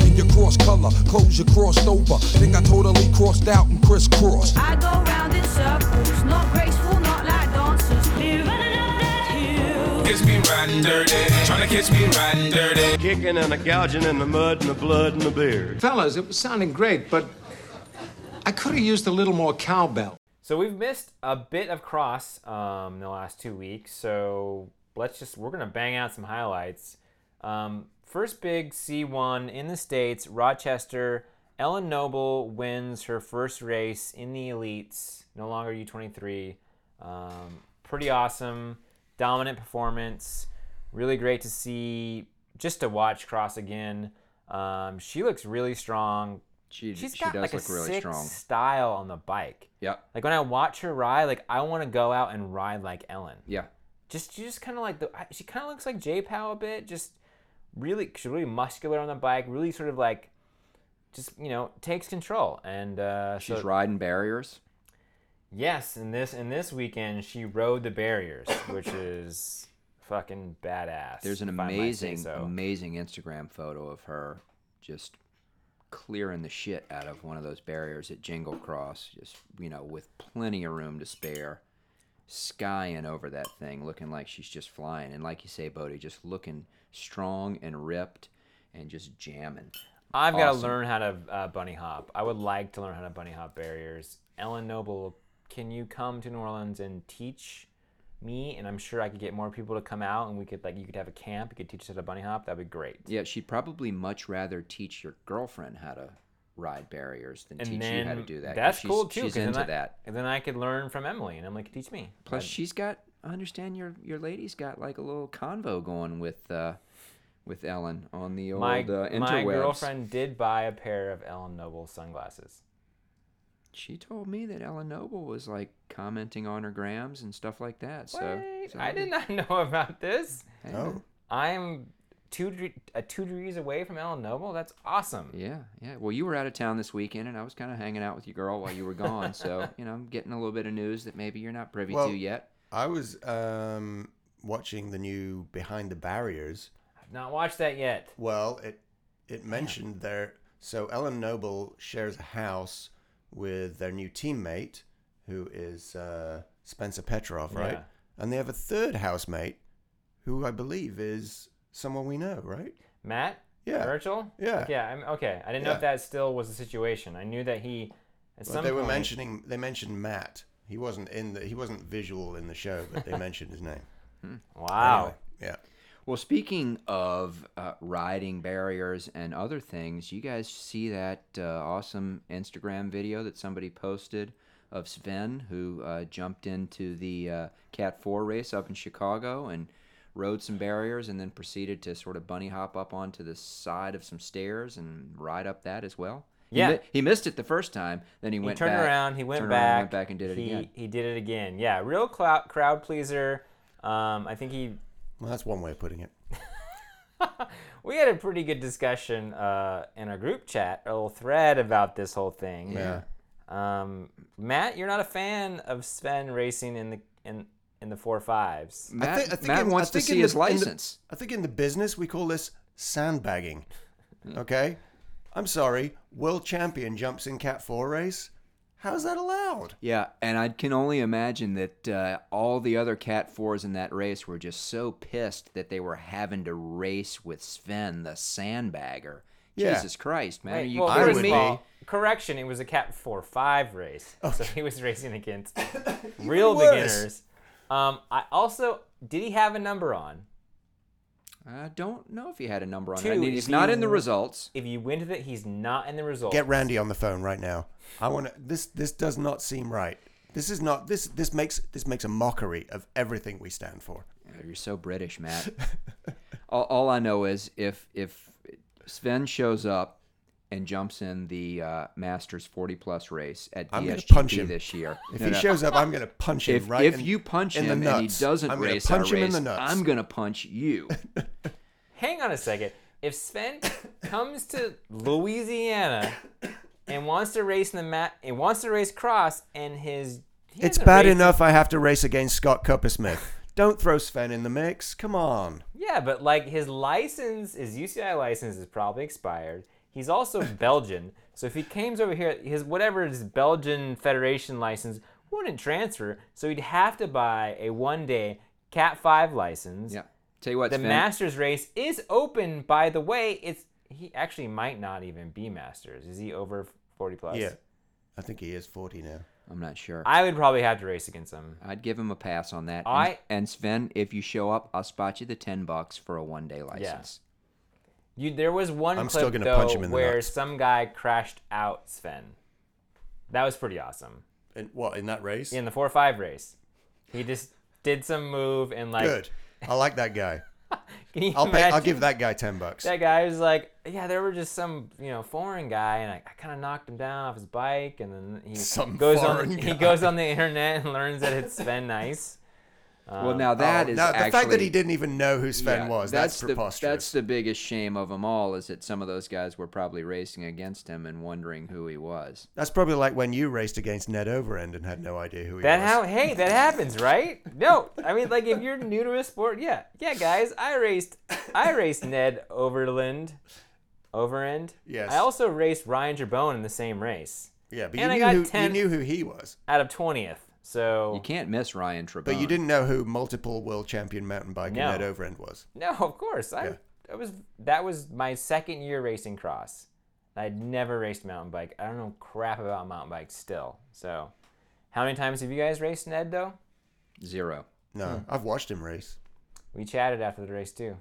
Speaker 7: When you cross color, clothes you crossed over. Think I totally crossed out and crisscrossed.
Speaker 8: I go round in circles, not graceful, not like dancers. Be running up that hill.
Speaker 9: Kiss me riding dirty, tryna kiss me riding dirty.
Speaker 10: kicking and a gouging in the mud and the blood and the beer.
Speaker 11: Fellas, it was sounding great, but I could have used a little more cowbell.
Speaker 3: So we've missed a bit of cross um, in the last two weeks. So let's just we're gonna bang out some highlights. Um, first big C1 in the states, Rochester Ellen Noble wins her first race in the elites, no longer U23. Um, pretty awesome, dominant performance. Really great to see, just to watch cross again. Um, she looks really strong.
Speaker 4: She,
Speaker 3: She's
Speaker 4: she
Speaker 3: got
Speaker 4: does
Speaker 3: like
Speaker 4: look
Speaker 3: a
Speaker 4: really
Speaker 3: sick
Speaker 4: strong.
Speaker 3: style on the bike.
Speaker 4: Yeah,
Speaker 3: Like when I watch her ride, like I want to go out and ride like Ellen.
Speaker 4: yeah.
Speaker 3: Just she just kind of like the I- she kind of looks like J Pow a bit. Just really she's really muscular on the bike. Really sort of like just you know takes control and uh,
Speaker 4: She's
Speaker 3: so-
Speaker 4: riding barriers.
Speaker 3: Yes, and this and this weekend she rode the barriers,
Speaker 4: *coughs*
Speaker 3: which is fucking badass.
Speaker 4: There's an
Speaker 3: if I might say
Speaker 4: amazing,
Speaker 3: so.
Speaker 4: amazing Instagram photo of her just clearing the shit out of one of those barriers at Jingle Cross, just, you know, with plenty of room to spare, skying over that thing, looking like she's just flying. And like you say, Bodie, just looking strong and ripped and just jamming.
Speaker 3: I've got to
Speaker 4: Awesome.
Speaker 3: learn how to uh, bunny hop. I would like to learn how to bunny hop barriers. Ellen Noble, can you come to New Orleans and teach me? And I'm sure I could get more people to come out, and we could like you could have a camp. You could teach us how to bunny hop. That'd be great.
Speaker 4: Yeah, she'd probably much rather teach your girlfriend how to ride barriers than
Speaker 3: And
Speaker 4: teach
Speaker 3: then
Speaker 4: you how to do that. 'cause
Speaker 3: That's
Speaker 4: she's-
Speaker 3: cool too. 'cause
Speaker 4: She's
Speaker 3: then
Speaker 4: into
Speaker 3: I-
Speaker 4: that.
Speaker 3: And then I could learn from Emily, and Emily could teach me.
Speaker 4: Plus,
Speaker 3: I'd-
Speaker 4: she's got. I understand your your lady's got like a little convo going with uh, with Ellen on the old
Speaker 3: my
Speaker 4: uh, interwebs.
Speaker 3: my girlfriend did buy a pair of Ellen Noble sunglasses.
Speaker 4: She told me that Ellen Noble was like commenting on her grams and stuff like that. So,
Speaker 3: Wait,
Speaker 4: so
Speaker 3: I did not *laughs* know about this.
Speaker 4: hey,
Speaker 1: Oh,
Speaker 3: I'm two dre- uh, two degrees away from Ellen Noble. That's awesome.
Speaker 4: Yeah, yeah. Well, you were out of town this weekend, and I was kind of hanging out with your girl while you were gone.
Speaker 3: *laughs*
Speaker 4: so, you know, I'm getting a little bit of news that maybe you're not privy
Speaker 1: Well,
Speaker 4: to yet.
Speaker 1: I was um, watching the new Behind the Barriers.
Speaker 3: I've not watched that yet.
Speaker 1: Well, it it mentioned their so Ellen Noble shares a house with their new teammate, who is uh, Spencer Petrov, right?
Speaker 3: Yeah.
Speaker 1: And they have a third housemate, who I believe is someone we know, right?
Speaker 3: Matt?
Speaker 1: Yeah.
Speaker 3: Virgil?
Speaker 1: Yeah.
Speaker 3: Like, yeah, I'm, okay. I didn't know if
Speaker 1: Yeah.
Speaker 3: that still was the situation. I knew that he at
Speaker 1: But
Speaker 3: some
Speaker 1: they
Speaker 3: point,
Speaker 1: were mentioning they mentioned Matt. He wasn't in the he wasn't visual in the show, but
Speaker 3: *laughs*
Speaker 1: they mentioned his name.
Speaker 3: Wow.
Speaker 1: Anyway, yeah.
Speaker 4: Well, speaking of uh, riding barriers and other things, you guys see that uh, awesome Instagram video that somebody posted of Sven, who uh, jumped into the uh, Cat 4 race up in Chicago and rode some barriers and then proceeded to sort of bunny hop up onto the side of some stairs and ride up that as well? He
Speaker 3: Yeah.
Speaker 4: mi- he missed it the first time. Then he,
Speaker 3: He
Speaker 4: went
Speaker 3: turned
Speaker 4: back,
Speaker 3: around, he went
Speaker 4: turned
Speaker 3: back.
Speaker 4: around, went back and did it
Speaker 3: he,
Speaker 4: again.
Speaker 3: He did it again. Yeah, real clou- crowd pleaser. Um, I think he
Speaker 1: Well, that's one way of putting it.
Speaker 3: we had a pretty good discussion uh, in our group chat, a little thread about this whole thing.
Speaker 1: Yeah.
Speaker 3: Um, Matt, you're not a fan of Sven racing in the in in the four fives.
Speaker 4: Matt,
Speaker 1: thi-
Speaker 4: Matt
Speaker 1: in-
Speaker 4: wants
Speaker 1: I think
Speaker 4: to see
Speaker 1: in the-
Speaker 4: his
Speaker 1: in the-
Speaker 4: license.
Speaker 1: I think in the business we call this
Speaker 4: *laughs*
Speaker 1: sandbagging. Okay? I'm sorry, world champion jumps in Cat 4 race? How's that allowed?
Speaker 4: Yeah, and I can only imagine that uh, all the other Cat 4s in that race were just so pissed that they were having to race with Sven the sandbagger.
Speaker 1: Yeah.
Speaker 4: Jesus Christ, man.
Speaker 3: Wait,
Speaker 4: are you
Speaker 3: well,
Speaker 1: I
Speaker 4: kidding
Speaker 3: first
Speaker 1: would
Speaker 3: of
Speaker 4: me?
Speaker 3: all, correction, it was a Cat 4 5 race. So he was racing
Speaker 1: *laughs*
Speaker 3: against real
Speaker 1: worse.
Speaker 3: beginners. Um, I also, did he have a number on?
Speaker 4: I don't know if he had a number on
Speaker 3: Two,
Speaker 4: it. I mean, he's
Speaker 3: if
Speaker 4: not
Speaker 3: you-
Speaker 4: in the results.
Speaker 3: If you win with it, he's not in the result.
Speaker 1: Get Randy on the phone right now. I want to this this does not seem right. This is not this this makes this makes a mockery of everything we stand for.
Speaker 4: Oh, You're so British,
Speaker 3: *laughs*
Speaker 4: Matt. all, all I know is if if Sven shows up and jumps in the uh, Masters 40 plus race at
Speaker 1: I'm gonna
Speaker 4: DSGP
Speaker 1: punch him.
Speaker 4: this year,
Speaker 1: If
Speaker 4: No,
Speaker 1: he
Speaker 4: no.
Speaker 1: shows up, I'm going to punch him
Speaker 4: if,
Speaker 1: right
Speaker 4: if
Speaker 1: in-
Speaker 4: you punch
Speaker 1: in
Speaker 4: him
Speaker 1: the nuts.
Speaker 4: and he doesn't
Speaker 1: I'm gonna
Speaker 4: race
Speaker 1: punch
Speaker 4: our
Speaker 1: him in
Speaker 4: race,
Speaker 1: the nuts.
Speaker 4: I'm gonna
Speaker 1: *laughs*
Speaker 4: punch you.
Speaker 3: Hang on a second. If Sven comes to Louisiana and wants to race in the mat and wants to race cross and his he
Speaker 1: it's
Speaker 3: hasn't
Speaker 1: bad
Speaker 3: raced-
Speaker 1: enough I have to race against Scott Coppersmith. Don't throw Sven in the mix. Come on.
Speaker 3: Yeah, but like his license, his UCI license is probably expired. He's also
Speaker 1: *laughs*
Speaker 3: Belgian, so if he came over here, his whatever his Belgian federation license wouldn't transfer, so he'd have to buy a one-day Cat Five license.
Speaker 4: yeah. Tell you what,
Speaker 3: The
Speaker 4: Sven,
Speaker 3: Masters race is open, by the way. It's he actually might not even be Masters. Is he over forty plus?
Speaker 1: Yeah. I think he is 40 now.
Speaker 4: I'm not sure. I,
Speaker 3: I would probably have to race against him.
Speaker 4: would give him a pass on that. And-
Speaker 3: I-
Speaker 4: and Sven, if you show up, I'll spot you the ten bucks for a one day license.
Speaker 3: You, there was one
Speaker 1: I'm
Speaker 3: clip
Speaker 1: still gonna
Speaker 3: though,
Speaker 1: punch him in the
Speaker 3: where
Speaker 1: nuts.
Speaker 3: some guy crashed out Sven. That was pretty awesome.
Speaker 1: And what in that race?
Speaker 3: In the four five race, he just did some move and like *laughs*
Speaker 1: Good. I like that guy.
Speaker 3: Can you
Speaker 1: I'll pay, I'll
Speaker 3: imagine?
Speaker 1: give that guy ten bucks.
Speaker 3: That guy was like, yeah, there were just some, you know, foreign guy, and I, I kind of knocked him down off his bike, and then he
Speaker 1: *laughs* Some
Speaker 3: goes on.
Speaker 1: foreign
Speaker 3: *laughs* He
Speaker 1: guy.
Speaker 3: goes on the internet and learns that it's
Speaker 1: *laughs*
Speaker 3: Sven Nice. Uh,
Speaker 4: well, now that
Speaker 1: Oh,
Speaker 4: is
Speaker 1: now, the
Speaker 4: actually
Speaker 1: fact that he didn't even know who Sven
Speaker 4: Yeah,
Speaker 1: was. That's, preposterous.
Speaker 4: The, that's the biggest shame of them all is that some of those guys were probably racing against him and wondering who he was.
Speaker 1: That's probably like when you raced against Ned Overend and had no idea who he
Speaker 3: That
Speaker 1: was.
Speaker 3: how? Hey, that happens, right? No, I mean, like if you're new to a sport, yeah, yeah, guys, I raced, I raced Ned Overland, Overend.
Speaker 1: Yes.
Speaker 3: I also raced Ryan Jabone in the same race
Speaker 1: yeah, but
Speaker 3: and I
Speaker 1: you knew,
Speaker 3: got
Speaker 1: who,
Speaker 3: 10
Speaker 1: you knew who he was,
Speaker 3: out of twentieth. So
Speaker 4: You can't miss Ryan Trebon.
Speaker 1: but you didn't know who multiple world champion mountain biker
Speaker 3: Uh. No.
Speaker 1: Ned Overend was.
Speaker 3: No, of course. I,
Speaker 1: Yeah.
Speaker 3: I was that was my second year racing cross. I'd never raced mountain bike. I don't know crap about mountain bikes still. So, how many times have you guys raced Ned though?
Speaker 4: Zero.
Speaker 1: No,
Speaker 3: Hmm.
Speaker 1: I've watched him race.
Speaker 3: We chatted after the race too.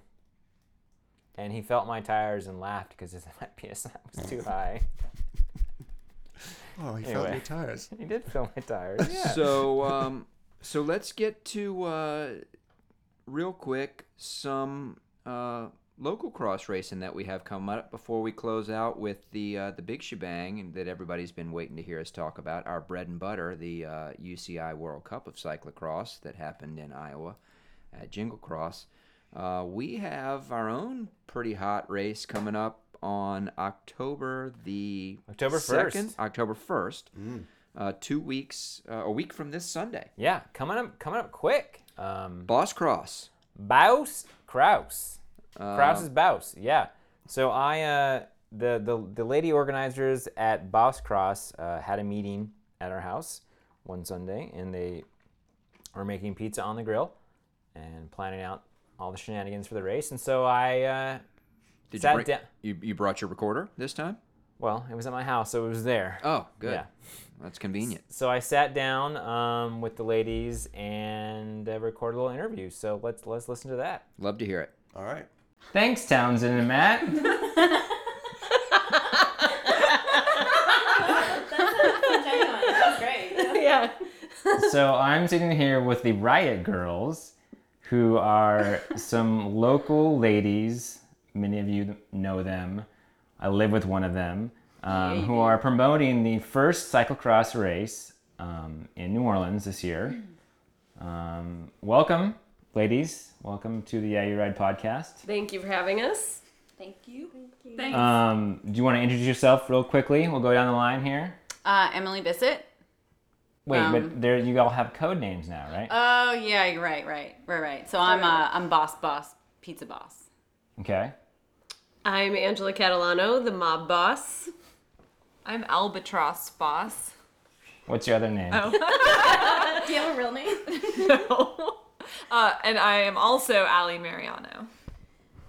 Speaker 3: And he felt my tires and laughed because his *laughs* my PSI was too high.
Speaker 1: Oh, he
Speaker 3: Anyway.
Speaker 1: felt your tires.
Speaker 3: he did feel my tires. Yeah.
Speaker 4: So, um, so let's get to uh, real quick some uh, local cross racing that we have come up before we close out with the uh, the big shebang and that everybody's been waiting to hear us talk about our bread and butter, the uh, UCI World Cup of cyclocross that happened in Iowa at Jingle Cross. Uh, we have our own pretty hot race coming up on October the
Speaker 3: October
Speaker 4: 2nd,
Speaker 3: 1st.
Speaker 4: October first. Uh, two weeks, uh, a week from this Sunday.
Speaker 3: Yeah, coming up, coming up quick. Um,
Speaker 4: Boss Cross.
Speaker 3: Baus Kraus.
Speaker 4: Uh,
Speaker 3: Kraus is Baus. Yeah. So I uh, the the the lady organizers at Baus Cross uh, had a meeting at our house one Sunday, and they were making pizza on the grill and planning out all the shenanigans for the race. And so I uh,
Speaker 4: Did
Speaker 3: Sat
Speaker 4: you, bring,
Speaker 3: down-
Speaker 4: you you brought your recorder this time?
Speaker 3: well, it was at my house, so it was there.
Speaker 4: Oh, good.
Speaker 3: Yeah.
Speaker 4: That's convenient.
Speaker 3: So I sat down um, with the ladies and uh, recorded a little interview. So let's let's listen to that.
Speaker 4: Love to hear it.
Speaker 1: All right.
Speaker 3: Thanks, Townsend and Matt. so I'm sitting here with the Riot Girls, who are some local ladies. Many of you know them. I live with one of them, um, who are promoting the first cyclocross race um, in New Orleans this year. Um, welcome, ladies. Welcome to the Yeah You Ride podcast.
Speaker 12: Thank you for having us.
Speaker 13: Thank you. Thank you.
Speaker 3: Um, do you want to introduce yourself real quickly? We'll go down the line here.
Speaker 13: Uh, Emily Bissett.
Speaker 3: Wait,
Speaker 13: Um,
Speaker 3: but there you all have code names now, right?
Speaker 13: Oh yeah, you're right, right, right, right. So I'm uh, I'm boss, boss, pizza boss.
Speaker 3: Okay.
Speaker 12: I'm Angela Catalano, the mob boss.
Speaker 13: I'm albatross boss.
Speaker 3: What's your other name?
Speaker 13: Do you have a real name?
Speaker 14: Uh, and I am also Ali Mariano.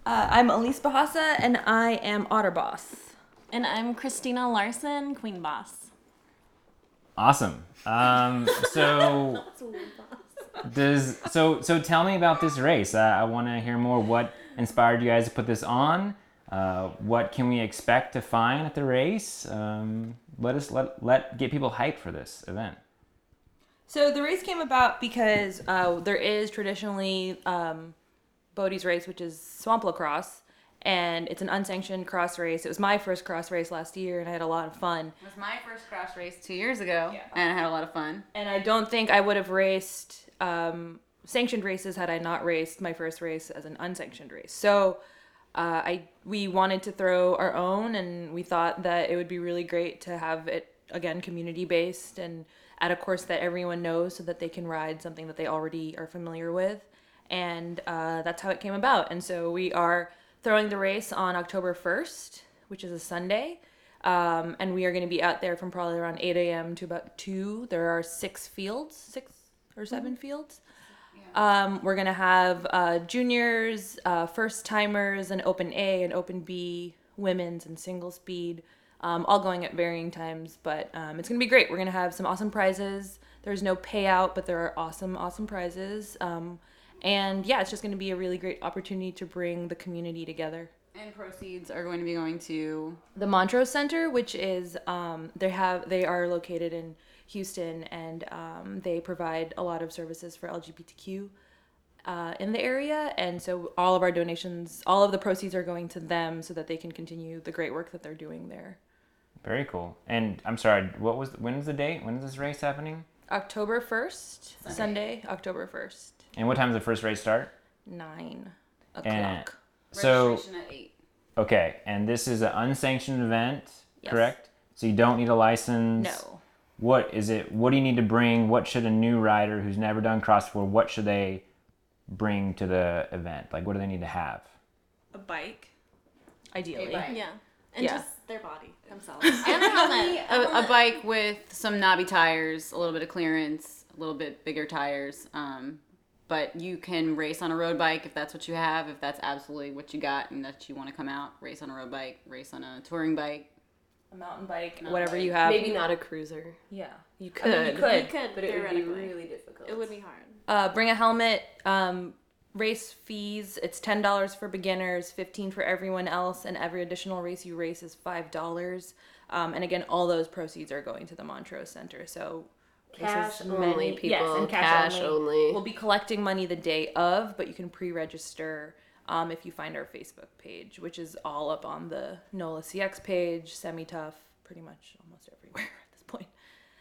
Speaker 15: Uh, I'm Elise Bahasa, and I am Otter Boss.
Speaker 13: And I'm Christina Larson, queen boss.
Speaker 3: *laughs* Awesome. Um, so does so so tell me about this race. Uh, I want to hear more. What inspired you guys to put this on? Uh, what can we expect to find at the race? Um, let us let let get people hyped for this event.
Speaker 15: So the race came about because uh, there is traditionally um, Bodie's race, which is swamp lacrosse, and it's an unsanctioned cross race. It was my first cross race last year, and I had a lot of fun.
Speaker 13: It was my first cross race two years ago, and I had a lot of fun.
Speaker 15: And I don't think I would have raced um, sanctioned races had I not raced my first race as an unsanctioned race. So uh, I we wanted to throw our own, and we thought that it would be really great to have it again community based and at a course that everyone knows, so that they can ride something that they already are familiar with, and uh, that's how it came about. And so we are throwing the race on October first, which is a Sunday. Um, and we are going to be out there from probably around 8 a.m. to about 2. There are six fields, six or 7 fields. Um, we're going to have uh, juniors, uh, first timers, an open A, an open B, women's, and single speed, um, all going at varying times. But um, it's going to be great. We're going to have some awesome prizes. There's no payout, but there are awesome, awesome prizes. Um, and yeah, it's just going to be a really great opportunity to bring the community together.
Speaker 13: And proceeds are going to be going to
Speaker 15: the Montrose Center, which is um, they have they are located in Houston and um, they provide a lot of services for LGBTQ uh, in the area. And so all of our donations, all of the proceeds are going to them so that they can continue the great work that they're doing there.
Speaker 3: Very cool. And I'm sorry, what was when is the date? When is this race happening?
Speaker 15: October first, Sunday, October first,
Speaker 3: And what time does the first race start?
Speaker 15: nine
Speaker 3: And-
Speaker 15: o'clock.
Speaker 3: so
Speaker 13: Registration at eight.
Speaker 3: okay, and this is an unsanctioned event,
Speaker 13: Yes.
Speaker 3: correct? So you don't need a license.
Speaker 13: No.
Speaker 3: What is it? What do you need to bring? What should a new rider who's never done cross before? What should they bring to the event? Like, what do they need to have?
Speaker 15: A bike, ideally.
Speaker 12: Yeah. And
Speaker 13: Yeah.
Speaker 12: just their body themselves. and
Speaker 13: *laughs* And probably
Speaker 12: a helmet.
Speaker 13: a, a bike with some knobby tires, a little bit of clearance, a little bit bigger tires. Um, but you can race on a road bike if that's what you have, if that's absolutely what you got and that you want to come out. Race on a road bike, race on a touring bike.
Speaker 15: A mountain bike,
Speaker 13: Mountain
Speaker 15: whatever
Speaker 13: bike.
Speaker 15: you have.
Speaker 12: Maybe not a cruiser.
Speaker 15: Yeah, you
Speaker 12: Um, I
Speaker 15: could.
Speaker 12: mean, you could,
Speaker 15: but it would be
Speaker 12: theoretically.
Speaker 15: really difficult.
Speaker 12: It would be hard.
Speaker 15: Uh, bring a helmet. Um, race fees. It's ten dollars for beginners, fifteen for everyone else, and every additional race you race is five dollars. Um, and again, all those proceeds are going to the Montrose Center. So this is
Speaker 12: Cash only,
Speaker 15: Yes,
Speaker 12: people.
Speaker 15: and cash,
Speaker 12: Cash
Speaker 15: only.
Speaker 12: only.
Speaker 15: We'll be collecting money the day of, but you can pre-register. Um, if you find our Facebook page, which is all up on the NOLA CX page, Semi Tough, pretty much almost everywhere *laughs* at this point.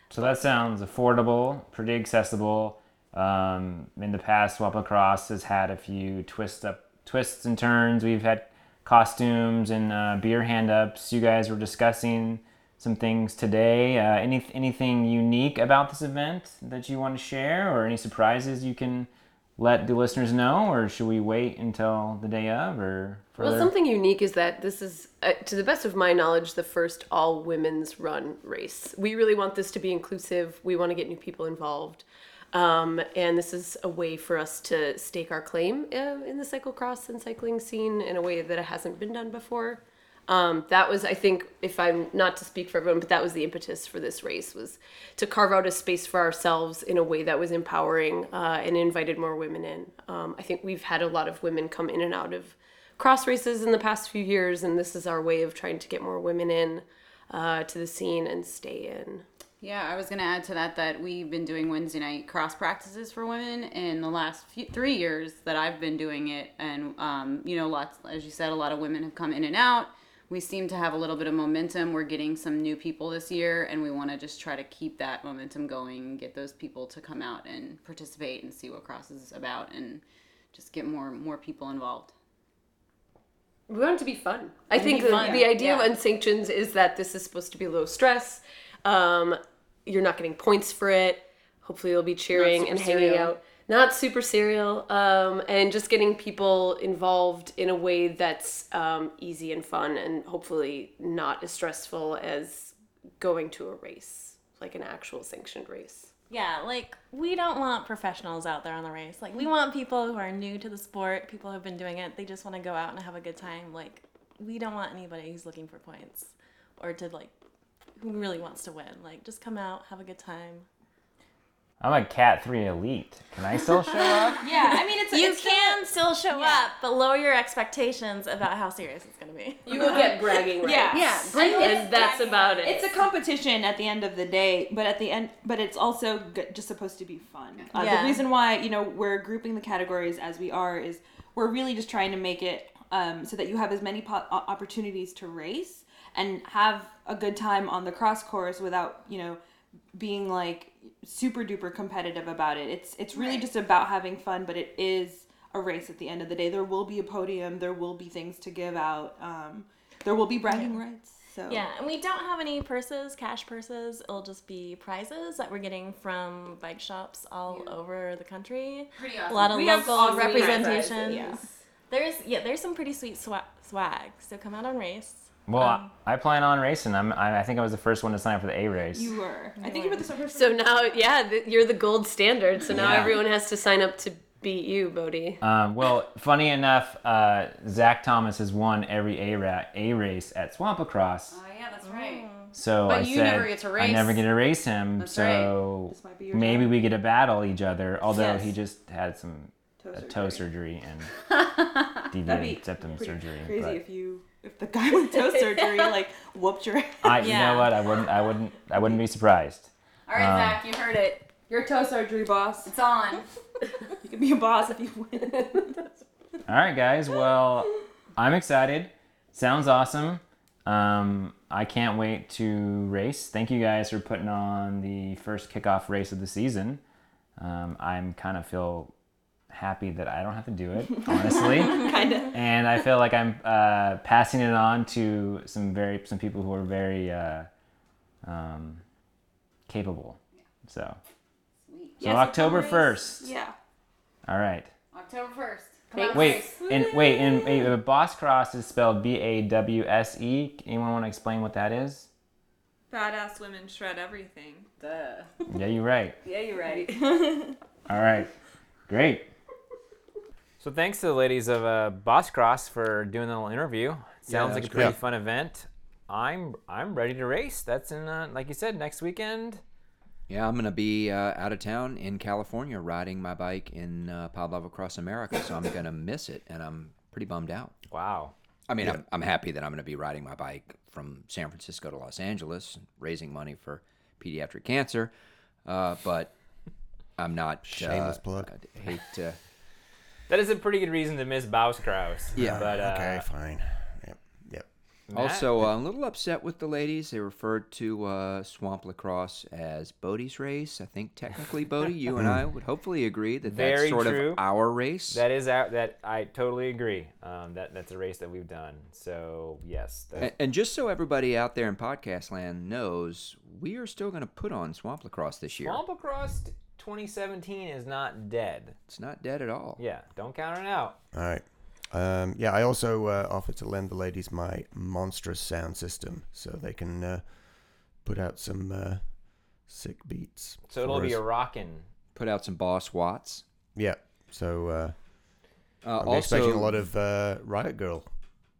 Speaker 3: So that sounds affordable, pretty accessible. Um, in the past, Wapa Cross has had a few twist up, twists and turns. We've had costumes and uh, beer hand ups. You guys were discussing some things today. Uh, any anything unique about this event that you want to share, or any surprises you can let the listeners know, or should we wait until the day of, or
Speaker 12: Well,
Speaker 3: further?
Speaker 12: something unique is that this is, uh, to the best of my knowledge, the first all women's run race. We really want this to be inclusive. We want to get new people involved. Um, and this is a way for us to stake our claim uh, in the cyclocross and cycling scene in a way that it hasn't been done before. Um, that was, I think, if I'm not to speak for everyone, but that was the impetus for this race was to carve out a space for ourselves in a way that was empowering uh, and invited more women in. Um, I think we've had a lot of women come in and out of cross races in the past few years, and this is our way of trying to get more women in uh, to the scene and stay in.
Speaker 13: Yeah, I was gonna add to that that we've been doing Wednesday night cross practices for women in the last few, three years that I've been doing it, and um, you know, lots as you said, a lot of women have come in and out. We seem to have a little bit of momentum. We're getting some new people this year, and we want to just try to keep that momentum going, and get those people to come out and participate and see what cross is about, and just get more more people involved.
Speaker 12: We want it to be fun. I
Speaker 13: It'd
Speaker 12: think
Speaker 13: be
Speaker 12: the,
Speaker 13: fun.
Speaker 12: the idea
Speaker 13: Yeah.
Speaker 12: of unsanctioned is that this is supposed to be low stress. Um, you're not getting points for it. Hopefully, you'll be cheering
Speaker 13: super
Speaker 12: and hanging
Speaker 13: serial.
Speaker 12: out. Not super serial, um, and just getting people involved in a way that's um, easy and fun, and hopefully not as stressful as going to a race, like an actual sanctioned race.
Speaker 16: Yeah, like we don't want professionals out there on the race. Like we want people who are new to the sport, people who've been doing it. They just want to go out and have a good time. Like we don't want anybody who's looking for points or to like who really wants to win. Like just come out, have a good time.
Speaker 3: I'm a Cat Three Elite. Can I still show up?
Speaker 16: Yeah, I mean *laughs* it's you can still, show up, but lower your expectations about how serious it's gonna be.
Speaker 12: You will get bragging *laughs* rights.
Speaker 16: Yeah,
Speaker 12: and that's about it.
Speaker 15: It's a competition at the end of the day, but at the end, but it's also g- just supposed to be fun. Uh,
Speaker 16: Yeah.
Speaker 15: The reason why you know we're grouping the categories as we are is we're really just trying to make it um, so that you have as many po- o- opportunities to race and have a good time on the cross course without you know being like super duper competitive about it. It's it's really
Speaker 16: Right.
Speaker 15: just about having fun, but it is a race at the end of the day. There will be a podium. There will be things to give out. Um, there will be bragging rights. So
Speaker 16: Yeah, and we don't have any purses, cash purses. It'll just be prizes that we're getting from bike shops all over the country.
Speaker 13: Pretty
Speaker 16: A lot of
Speaker 12: We have
Speaker 16: local
Speaker 12: some sweet
Speaker 16: representation.
Speaker 12: prizes, yes.
Speaker 16: There's yeah, there's some pretty sweet swa- swag. So come out on race.
Speaker 3: Well,
Speaker 13: Um,
Speaker 3: I, I plan on racing. I'm, I, I think I was the first one to sign up for the A race.
Speaker 15: were.
Speaker 12: I
Speaker 15: think you were the first.
Speaker 12: So now, yeah, th- you're the gold standard. So now
Speaker 3: Yeah.
Speaker 12: everyone has to sign up to beat you, Bodhi.
Speaker 3: Um, well, *laughs* funny enough, uh, Zach Thomas has won every A, ra- a race at Swampacross.
Speaker 13: Oh yeah, that's right.
Speaker 16: Mm.
Speaker 3: So
Speaker 13: But
Speaker 3: I
Speaker 13: you
Speaker 3: said,
Speaker 13: never get to
Speaker 3: I
Speaker 13: race.
Speaker 3: never get to race him.
Speaker 13: That's
Speaker 3: so
Speaker 13: right. This might be your
Speaker 3: maybe we get to battle each other. Although
Speaker 13: Yes.
Speaker 3: he just had some uh,
Speaker 17: Toe
Speaker 3: toe surgery
Speaker 13: *laughs*
Speaker 3: and deviated septum
Speaker 17: pretty
Speaker 3: surgery.
Speaker 17: Crazy
Speaker 3: but-
Speaker 17: if you if the guy *laughs* with toe surgery like whooped your. *laughs*
Speaker 3: I, you know what? I wouldn't. I wouldn't. I wouldn't be surprised.
Speaker 13: All right,
Speaker 3: Um,
Speaker 13: Zach, you heard it.
Speaker 17: Your toe surgery, boss.
Speaker 13: It's on.
Speaker 17: you can be a boss if you win.
Speaker 3: All right, guys. Well, I'm excited. Sounds awesome. Um, I can't wait to race. Thank you guys for putting on the first kickoff race of the season. Um, I'm kind of feel happy that I don't have to do it, honestly.
Speaker 13: *laughs*
Speaker 16: Kinda.
Speaker 3: And I feel like I'm uh, passing it on to some very some people who are very uh, um, capable. So, so
Speaker 13: Yes,
Speaker 3: October
Speaker 13: come race.
Speaker 3: first.
Speaker 13: Yeah.
Speaker 3: All right.
Speaker 13: October first. Come
Speaker 3: Wait,
Speaker 13: out
Speaker 3: wait,
Speaker 13: race.
Speaker 3: and wait, and wait, uh, Boss Cross is spelled B A W S E. Anyone want to explain what that is?
Speaker 14: Badass women shred everything.
Speaker 13: Duh.
Speaker 3: Yeah, you're right.
Speaker 13: Uh, Yeah, you're right.
Speaker 3: All right, great. So thanks to the ladies of uh, Boss Cross for doing the little interview. Sounds
Speaker 4: that
Speaker 3: like
Speaker 4: was
Speaker 3: a pretty
Speaker 4: great.
Speaker 3: fun event. I'm I'm ready to race. That's in uh, like you said next weekend.
Speaker 4: Yeah, I'm gonna be uh, out of town in California riding my bike in uh, Pod Level Across America, so I'm gonna miss it, and I'm pretty bummed out.
Speaker 3: Wow.
Speaker 4: I mean,
Speaker 3: Yeah.
Speaker 4: I'm, I'm happy that I'm gonna be riding my bike from San Francisco to Los Angeles, raising money for pediatric cancer, uh, but I'm not
Speaker 1: Shameless
Speaker 4: uh,
Speaker 1: plug.
Speaker 4: I hate to.
Speaker 3: That is a pretty good reason to miss Boss Cross.
Speaker 4: Yeah.
Speaker 3: But uh,
Speaker 1: okay, fine. Yep. Yep.
Speaker 4: Also, uh, I'm a little upset with the ladies. They referred to uh, swamp lacrosse as Bodie's race. I think
Speaker 3: *laughs*
Speaker 4: technically, Bodie, you and I would hopefully agree that
Speaker 3: Very
Speaker 4: that's sort
Speaker 3: true.
Speaker 4: of our race.
Speaker 3: That is our, that I totally agree. Um, that that's a race that we've done. So yes,
Speaker 4: A- And,
Speaker 3: that's,
Speaker 4: just so everybody out there in podcast land knows, we are still going to put on swamp lacrosse this year.
Speaker 3: Swamp Across 2017 is not dead.
Speaker 4: It's not dead at all.
Speaker 3: Yeah, don't count it out.
Speaker 1: All right. Um, yeah, I also uh, offered to lend the ladies my monstrous sound system so they can uh, put out some uh, sick beats.
Speaker 3: So it'll
Speaker 1: for
Speaker 3: be
Speaker 1: us.
Speaker 3: a rockin'.
Speaker 4: Put out some boss watts.
Speaker 1: Yeah. So uh,
Speaker 4: Uh,
Speaker 1: I'm expecting a
Speaker 4: also-
Speaker 1: lot of uh, Riot Girl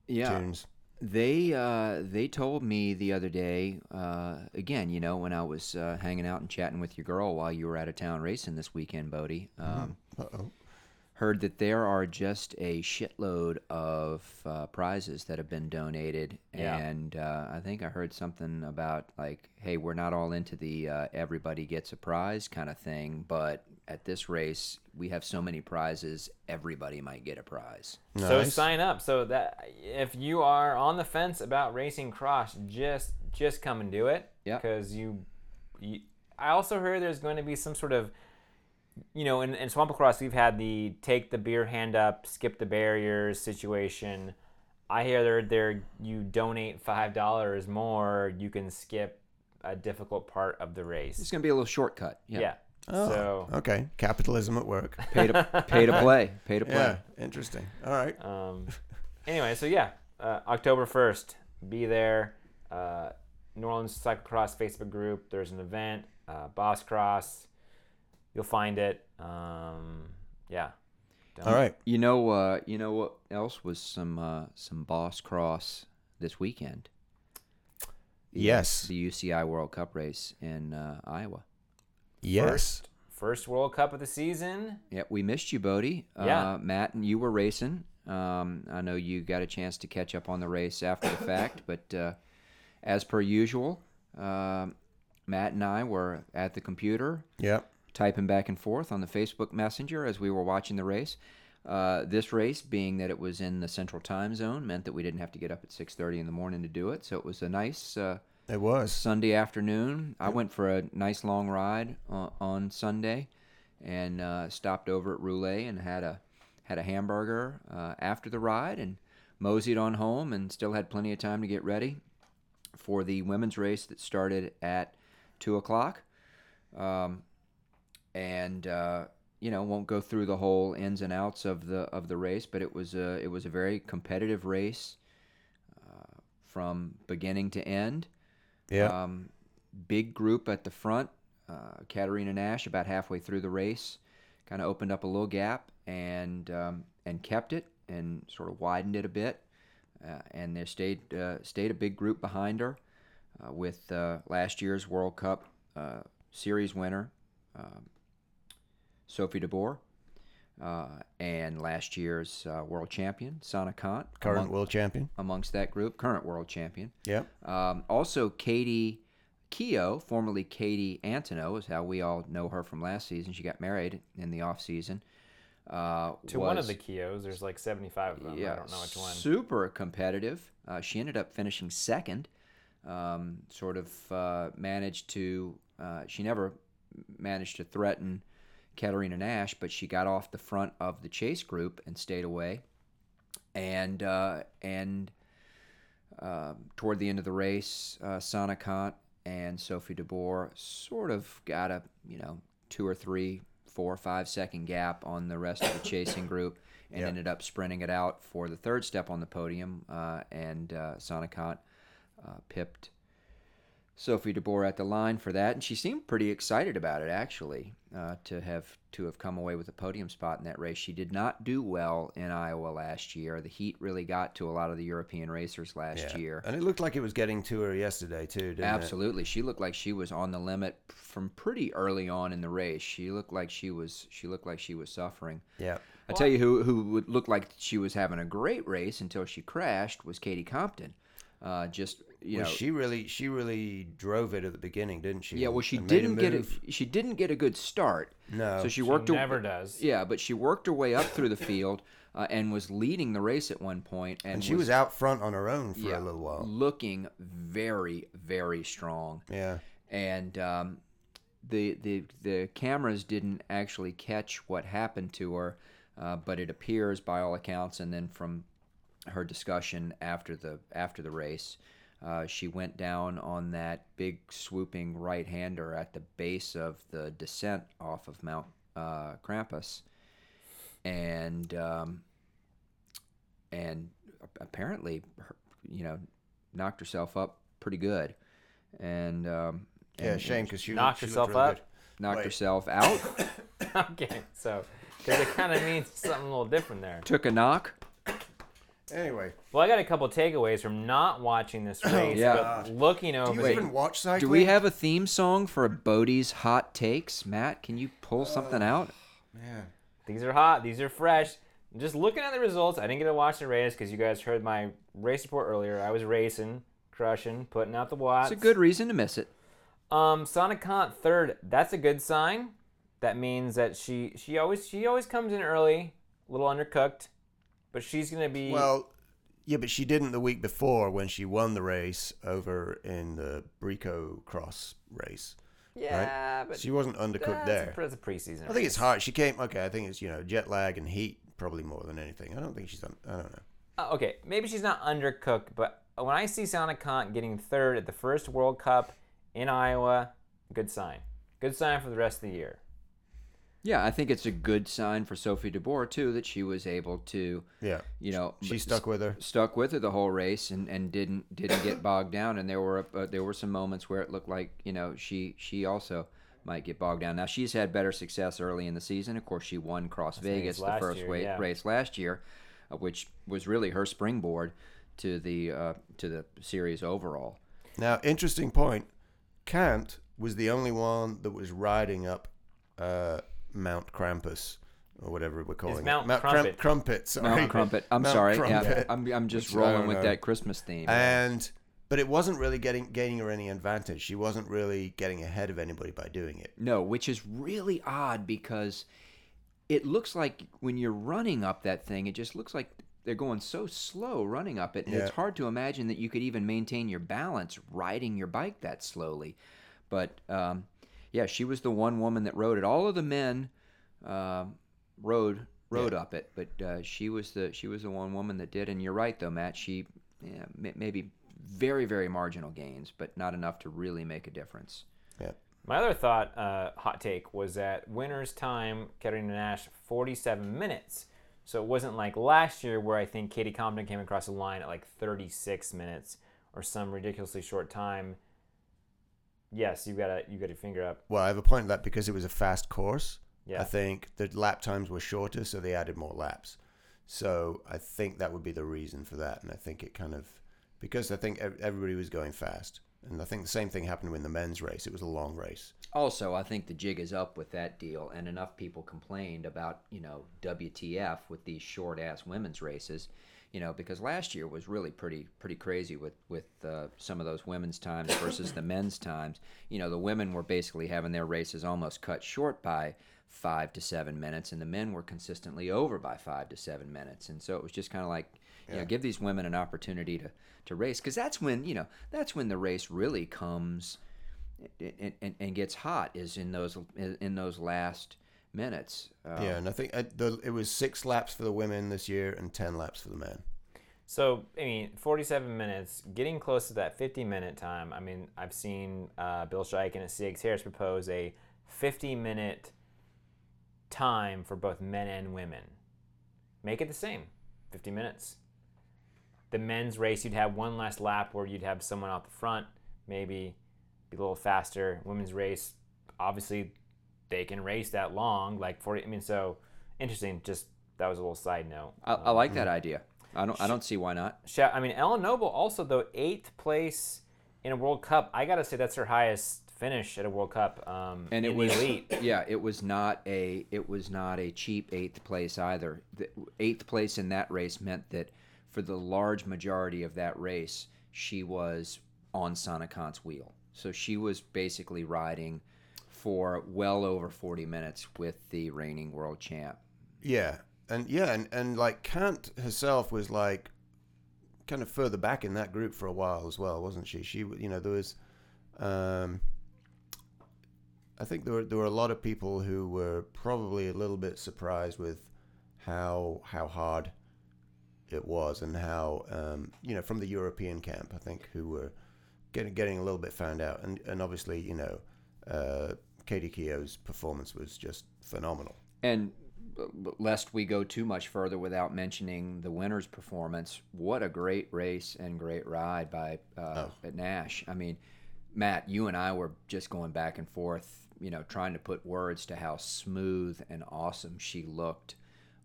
Speaker 4: yeah.
Speaker 1: tunes.
Speaker 4: They uh, they told me the other day. Uh, again, you know, when I was uh, hanging out and chatting with your girl while you were out of town racing this weekend, Bodie.
Speaker 1: Mm-hmm.
Speaker 4: Um,
Speaker 1: Uh-oh.
Speaker 4: Heard that there are just a shitload of uh, prizes that have been donated,
Speaker 3: Yeah.
Speaker 4: and uh, I think I heard something about like, "Hey, we're not all into the uh, everybody gets a prize kind of thing, but at this race, we have so many prizes, everybody might get a prize."
Speaker 3: So sign up. So that if you are on the fence about racing cross, just just come and do it.
Speaker 4: Yeah.
Speaker 3: Because you, you, I also heard there's going to be some sort of, you know, in, in swamp across we've had the take the beer hand up, skip the barriers situation. I hear there there you donate five dollars more, you can skip a difficult part of the race.
Speaker 4: It's gonna be a little shortcut.
Speaker 3: yeah.
Speaker 1: Oh,
Speaker 3: So
Speaker 4: *laughs*
Speaker 1: okay. Capitalism at
Speaker 3: *laughs*
Speaker 1: work.
Speaker 4: Pay to- pay to play. Pay to play.
Speaker 1: Yeah. Interesting. All right.
Speaker 3: Um, anyway, so yeah, uh, October 1st, be there. Uh, New Orleans Cyclocross Facebook group, there's an event, uh, Boss Cross. You'll find it. Um, yeah. Don't-
Speaker 4: You know, uh, you know what else was some uh, some boss cross this weekend? The-
Speaker 1: Yes.
Speaker 4: the UCI World Cup race in uh, Iowa.
Speaker 1: Yes.
Speaker 3: First, first World Cup of the season.
Speaker 4: Yeah, we missed you, Bodie.
Speaker 3: Yeah.
Speaker 4: Uh, Matt and you were racing. Um, I know you got a chance to catch up on the race after the fact, but uh, as per usual, um Matt and I were at the computer
Speaker 1: Yep.
Speaker 4: typing back and forth on the Facebook Messenger as we were watching the race. Uh, this race, being that it was in the Central Time Zone, meant that we didn't have to get up at 6:30 in the morning to do it. So it was a nice uh,
Speaker 1: It was.
Speaker 4: Sunday afternoon. I went for a nice long ride on, on Sunday, and uh, stopped over at Roulet and had a had a hamburger uh, after the ride, and moseyed on home, and still had plenty of time to get ready for the women's race that started at two o'clock. Um, and uh, you know won't go through the whole ins and outs of the of the race, but it was a it was a very competitive race uh, from beginning to end.
Speaker 1: Yeah.
Speaker 4: Um, big group at the front. Uh, Katarina Nash about halfway through the race, kind of opened up a little gap and um, and kept it and sort of widened it a bit. Uh, and there stayed uh, stayed a big group behind her uh, with uh, last year's World Cup uh, series winner um, Sophie DeBoer. uh, and last year's uh, world champion, Sana Kant.
Speaker 1: Current world champion.
Speaker 4: Amongst that group, current world champion.
Speaker 1: Yep.
Speaker 4: Um, also, Katie Keough, formerly Katie Antono, is how we all know her from last season. She got married in the off season. Uh,
Speaker 3: To one
Speaker 4: was-
Speaker 3: of the Kios, there's like 75 of them. I don't know which one.
Speaker 4: Super competitive. Uh, she ended up finishing second. Um, sort of uh, managed to. Uh, she never managed to threaten Katarina Nash, but she got off the front of the chase group and stayed away. And uh, and uh, toward the end of the race, uh, Sana Kant and Sophie DeBoer sort of got a you know two or three, four or five second gap on the rest of the chasing group, and
Speaker 1: Yeah.
Speaker 4: ended up sprinting it out for the third step on the podium. Uh, and uh, Sana Kant uh, pipped Sophie DeBoer at the line for that, and she seemed pretty excited about it actually uh, to have to have come away with a podium spot in that race. She did not do well in Iowa last year. The heat really got to a lot of the European racers last
Speaker 1: Yeah.
Speaker 4: year.
Speaker 1: And it looked like it was getting to her yesterday too, didn't it?
Speaker 4: Absolutely, she looked like she was on the limit from pretty early on in the race. She looked like she was she looked like she was suffering.
Speaker 1: Yeah.
Speaker 4: I tell you who who would look like she was having a great race until she crashed was Katie Compton. Uh, just you
Speaker 1: Well,
Speaker 4: know,
Speaker 1: she really she really drove it at the beginning, didn't she?
Speaker 4: yeah, well, she
Speaker 1: And made
Speaker 4: didn't get a,
Speaker 1: move.
Speaker 4: she didn't get a good start.
Speaker 1: No.
Speaker 4: so she
Speaker 1: She
Speaker 4: worked. her-
Speaker 3: never does. *laughs*
Speaker 4: Yeah, but she worked her way up through the field uh, and was leading the race at one point, and,
Speaker 1: And, she was out front on her own for
Speaker 4: yeah, Mm.
Speaker 1: a little while.
Speaker 4: looking very very strong.
Speaker 1: Yeah.
Speaker 4: and um, the the the cameras didn't actually catch what happened to her, uh, but it appears by all accounts, and then from her discussion after the after the race. Uh, she went down on that big swooping right hander at the base of the descent off of Mount uh, Krampus, and um, and ap- apparently, her, you know, knocked herself up pretty good, and um,
Speaker 1: Yeah,
Speaker 4: and-
Speaker 1: shame, 'cause she
Speaker 3: Knocked she looked herself really up? good.
Speaker 4: knocked
Speaker 3: Wait.
Speaker 1: *laughs*
Speaker 4: herself out,
Speaker 3: okay, so because it kind of means *laughs* something a little different there.
Speaker 4: took a knock.
Speaker 1: Anyway,
Speaker 3: Well, I got a couple takeaways from not watching
Speaker 4: *clears throat*
Speaker 3: this race,
Speaker 4: Yeah.
Speaker 3: but looking over.
Speaker 1: you even watch cycling?
Speaker 4: Oh, Do we have a theme song for Bodie's hot takes, Matt? Can you pull something out?
Speaker 1: Man.
Speaker 3: These are hot. These are fresh. Just looking at the results, I didn't get to watch the race because you guys heard my race report earlier. I was racing, crushing, putting out the watts.
Speaker 4: It's a good reason to miss it.
Speaker 3: Um, Sonic Kant third. That's a good sign. That means that she she always she always comes in early, a little undercooked, but she's gonna be
Speaker 1: Well, yeah, but she didn't the week before when she won the race over in the Brico Cross race. right?
Speaker 3: Yeah, but
Speaker 1: she wasn't undercooked there.
Speaker 3: that's A, that's a preseason.
Speaker 1: I think it's
Speaker 3: race.
Speaker 1: hard. She came. Okay, I think it's you know jet lag and heat probably more than anything. I don't think she's. Un, I don't know.
Speaker 3: Uh, okay, maybe she's not undercooked, but when I see Sana Kant getting third at the first World Cup in Iowa, good sign. Good sign for the rest of the year.
Speaker 4: Yeah, I think it's a good sign for Sophie DeBoer too that she was able to,
Speaker 1: Yeah,
Speaker 4: you know,
Speaker 1: she
Speaker 4: s-
Speaker 1: stuck with her.
Speaker 4: stuck with her the whole race and, and didn't didn't get bogged down. And there were uh, there were some moments where it looked like you know she she also might get bogged down. Now she's had better success early in the season. Of course, she won Cross
Speaker 3: what it was
Speaker 4: Vegas the
Speaker 3: last
Speaker 4: first
Speaker 3: year,
Speaker 4: wa-
Speaker 3: yeah.
Speaker 4: race last year, uh, which was really her springboard to the uh, to the series overall.
Speaker 1: Now, interesting point. Kant was the only one that was riding up uh, Mount Krampus or whatever we're calling it.
Speaker 3: Mount
Speaker 1: Crumpet.
Speaker 3: Crumpet.
Speaker 1: Crumpet. Sorry.
Speaker 4: Mount Crumpet. I'm
Speaker 1: Mount
Speaker 4: sorry. Yeah,
Speaker 1: Crumpet.
Speaker 4: I'm, I'm just
Speaker 1: Which I
Speaker 4: rolling
Speaker 1: don't
Speaker 4: with
Speaker 1: know.
Speaker 4: that Christmas theme.
Speaker 1: And but it wasn't really getting gaining her any advantage. She wasn't really getting ahead of anybody by doing it.
Speaker 4: No, which is really odd because it looks like when you're running up that thing, it just looks like they're going so slow running up it. And it's
Speaker 1: Yeah.
Speaker 4: hard to imagine that you could even maintain your balance riding your bike that slowly. But um, yeah, she was the one woman that rode it. All of the men um, rode rode up it, but uh, she was the she was the one woman that did. And you're right though, Matt. She yeah, m- maybe very very marginal gains, but not enough to really make a difference.
Speaker 3: My other thought, uh, hot take, was that winner's time, Katarina Nash, 47 minutes. So it wasn't like last year where I think Katie Compton came across the line at like 36 minutes or some ridiculously short time. Yes, you got to you got your finger up.
Speaker 1: Well, I have a point on that because it was a fast course.
Speaker 3: Yeah.
Speaker 1: I think the lap times were shorter, so they added more laps. So I think that would be the reason for that. And I think it kind of because I think ev- everybody was going fast, and I think the same thing happened in the men's race. It was a long race.
Speaker 4: also, I think the jig is up with that deal, and enough people complained about you know WTF with these short ass women's races, you know, because last year was really pretty pretty crazy with with uh, some of those women's times versus the men's times. You know, the women were basically having their races almost cut short by five to seven minutes, and the men were consistently over by five to seven minutes, and so it was just kind of like you
Speaker 1: Yeah.
Speaker 4: know give these women an opportunity to to race because that's when you know that's when the race really comes and, and, and gets hot is in those in those last minutes. Uh,
Speaker 1: yeah, and I think uh, the, it was six laps for the women this year and ten laps for the men.
Speaker 3: So I mean, 47 minutes, getting close to that 50-minute time. I mean, I've seen uh, Bill Shiken and Sig Harris propose a 50-minute time for both men and women. Make it the same, 50 minutes. The men's race, you'd have one last lap where you'd have someone out the front, maybe be a little faster. Women's race, obviously, they can race that long, like 40. I mean, so interesting. Just that was a little side note.
Speaker 4: I, I like that idea. I don't I don't see why not.
Speaker 3: Shout, I mean, Ellen Noble also though eighth place in a World Cup. I gotta say that's her highest finish at a World Cup. Um,
Speaker 4: And it
Speaker 3: in
Speaker 4: was
Speaker 3: the elite.
Speaker 4: *laughs* yeah, it was not a it was not a cheap eighth place either. The eighth place in that race meant that for the large majority of that race, she was on Sonicant's wheel. So she was basically riding for well over 40 minutes with the reigning world champ.
Speaker 1: Yeah, and yeah, and, and like Kant herself was like kind of further back in that group for a while as well, wasn't she? She, w- you know, there was, um, I think there were there were a lot of people who were probably a little bit surprised with how how hard it was and how um, you know from the European camp, I think, who were getting getting a little bit found out, and and obviously, you know, uh, Katie Keogh's performance was just phenomenal.
Speaker 4: And uh, lest we go too much further without mentioning the winner's performance, what a great race and great ride by uh,
Speaker 1: Oh.
Speaker 4: at Nash. I mean, Matt, you and I were just going back and forth, you know, trying to put words to how smooth and awesome she looked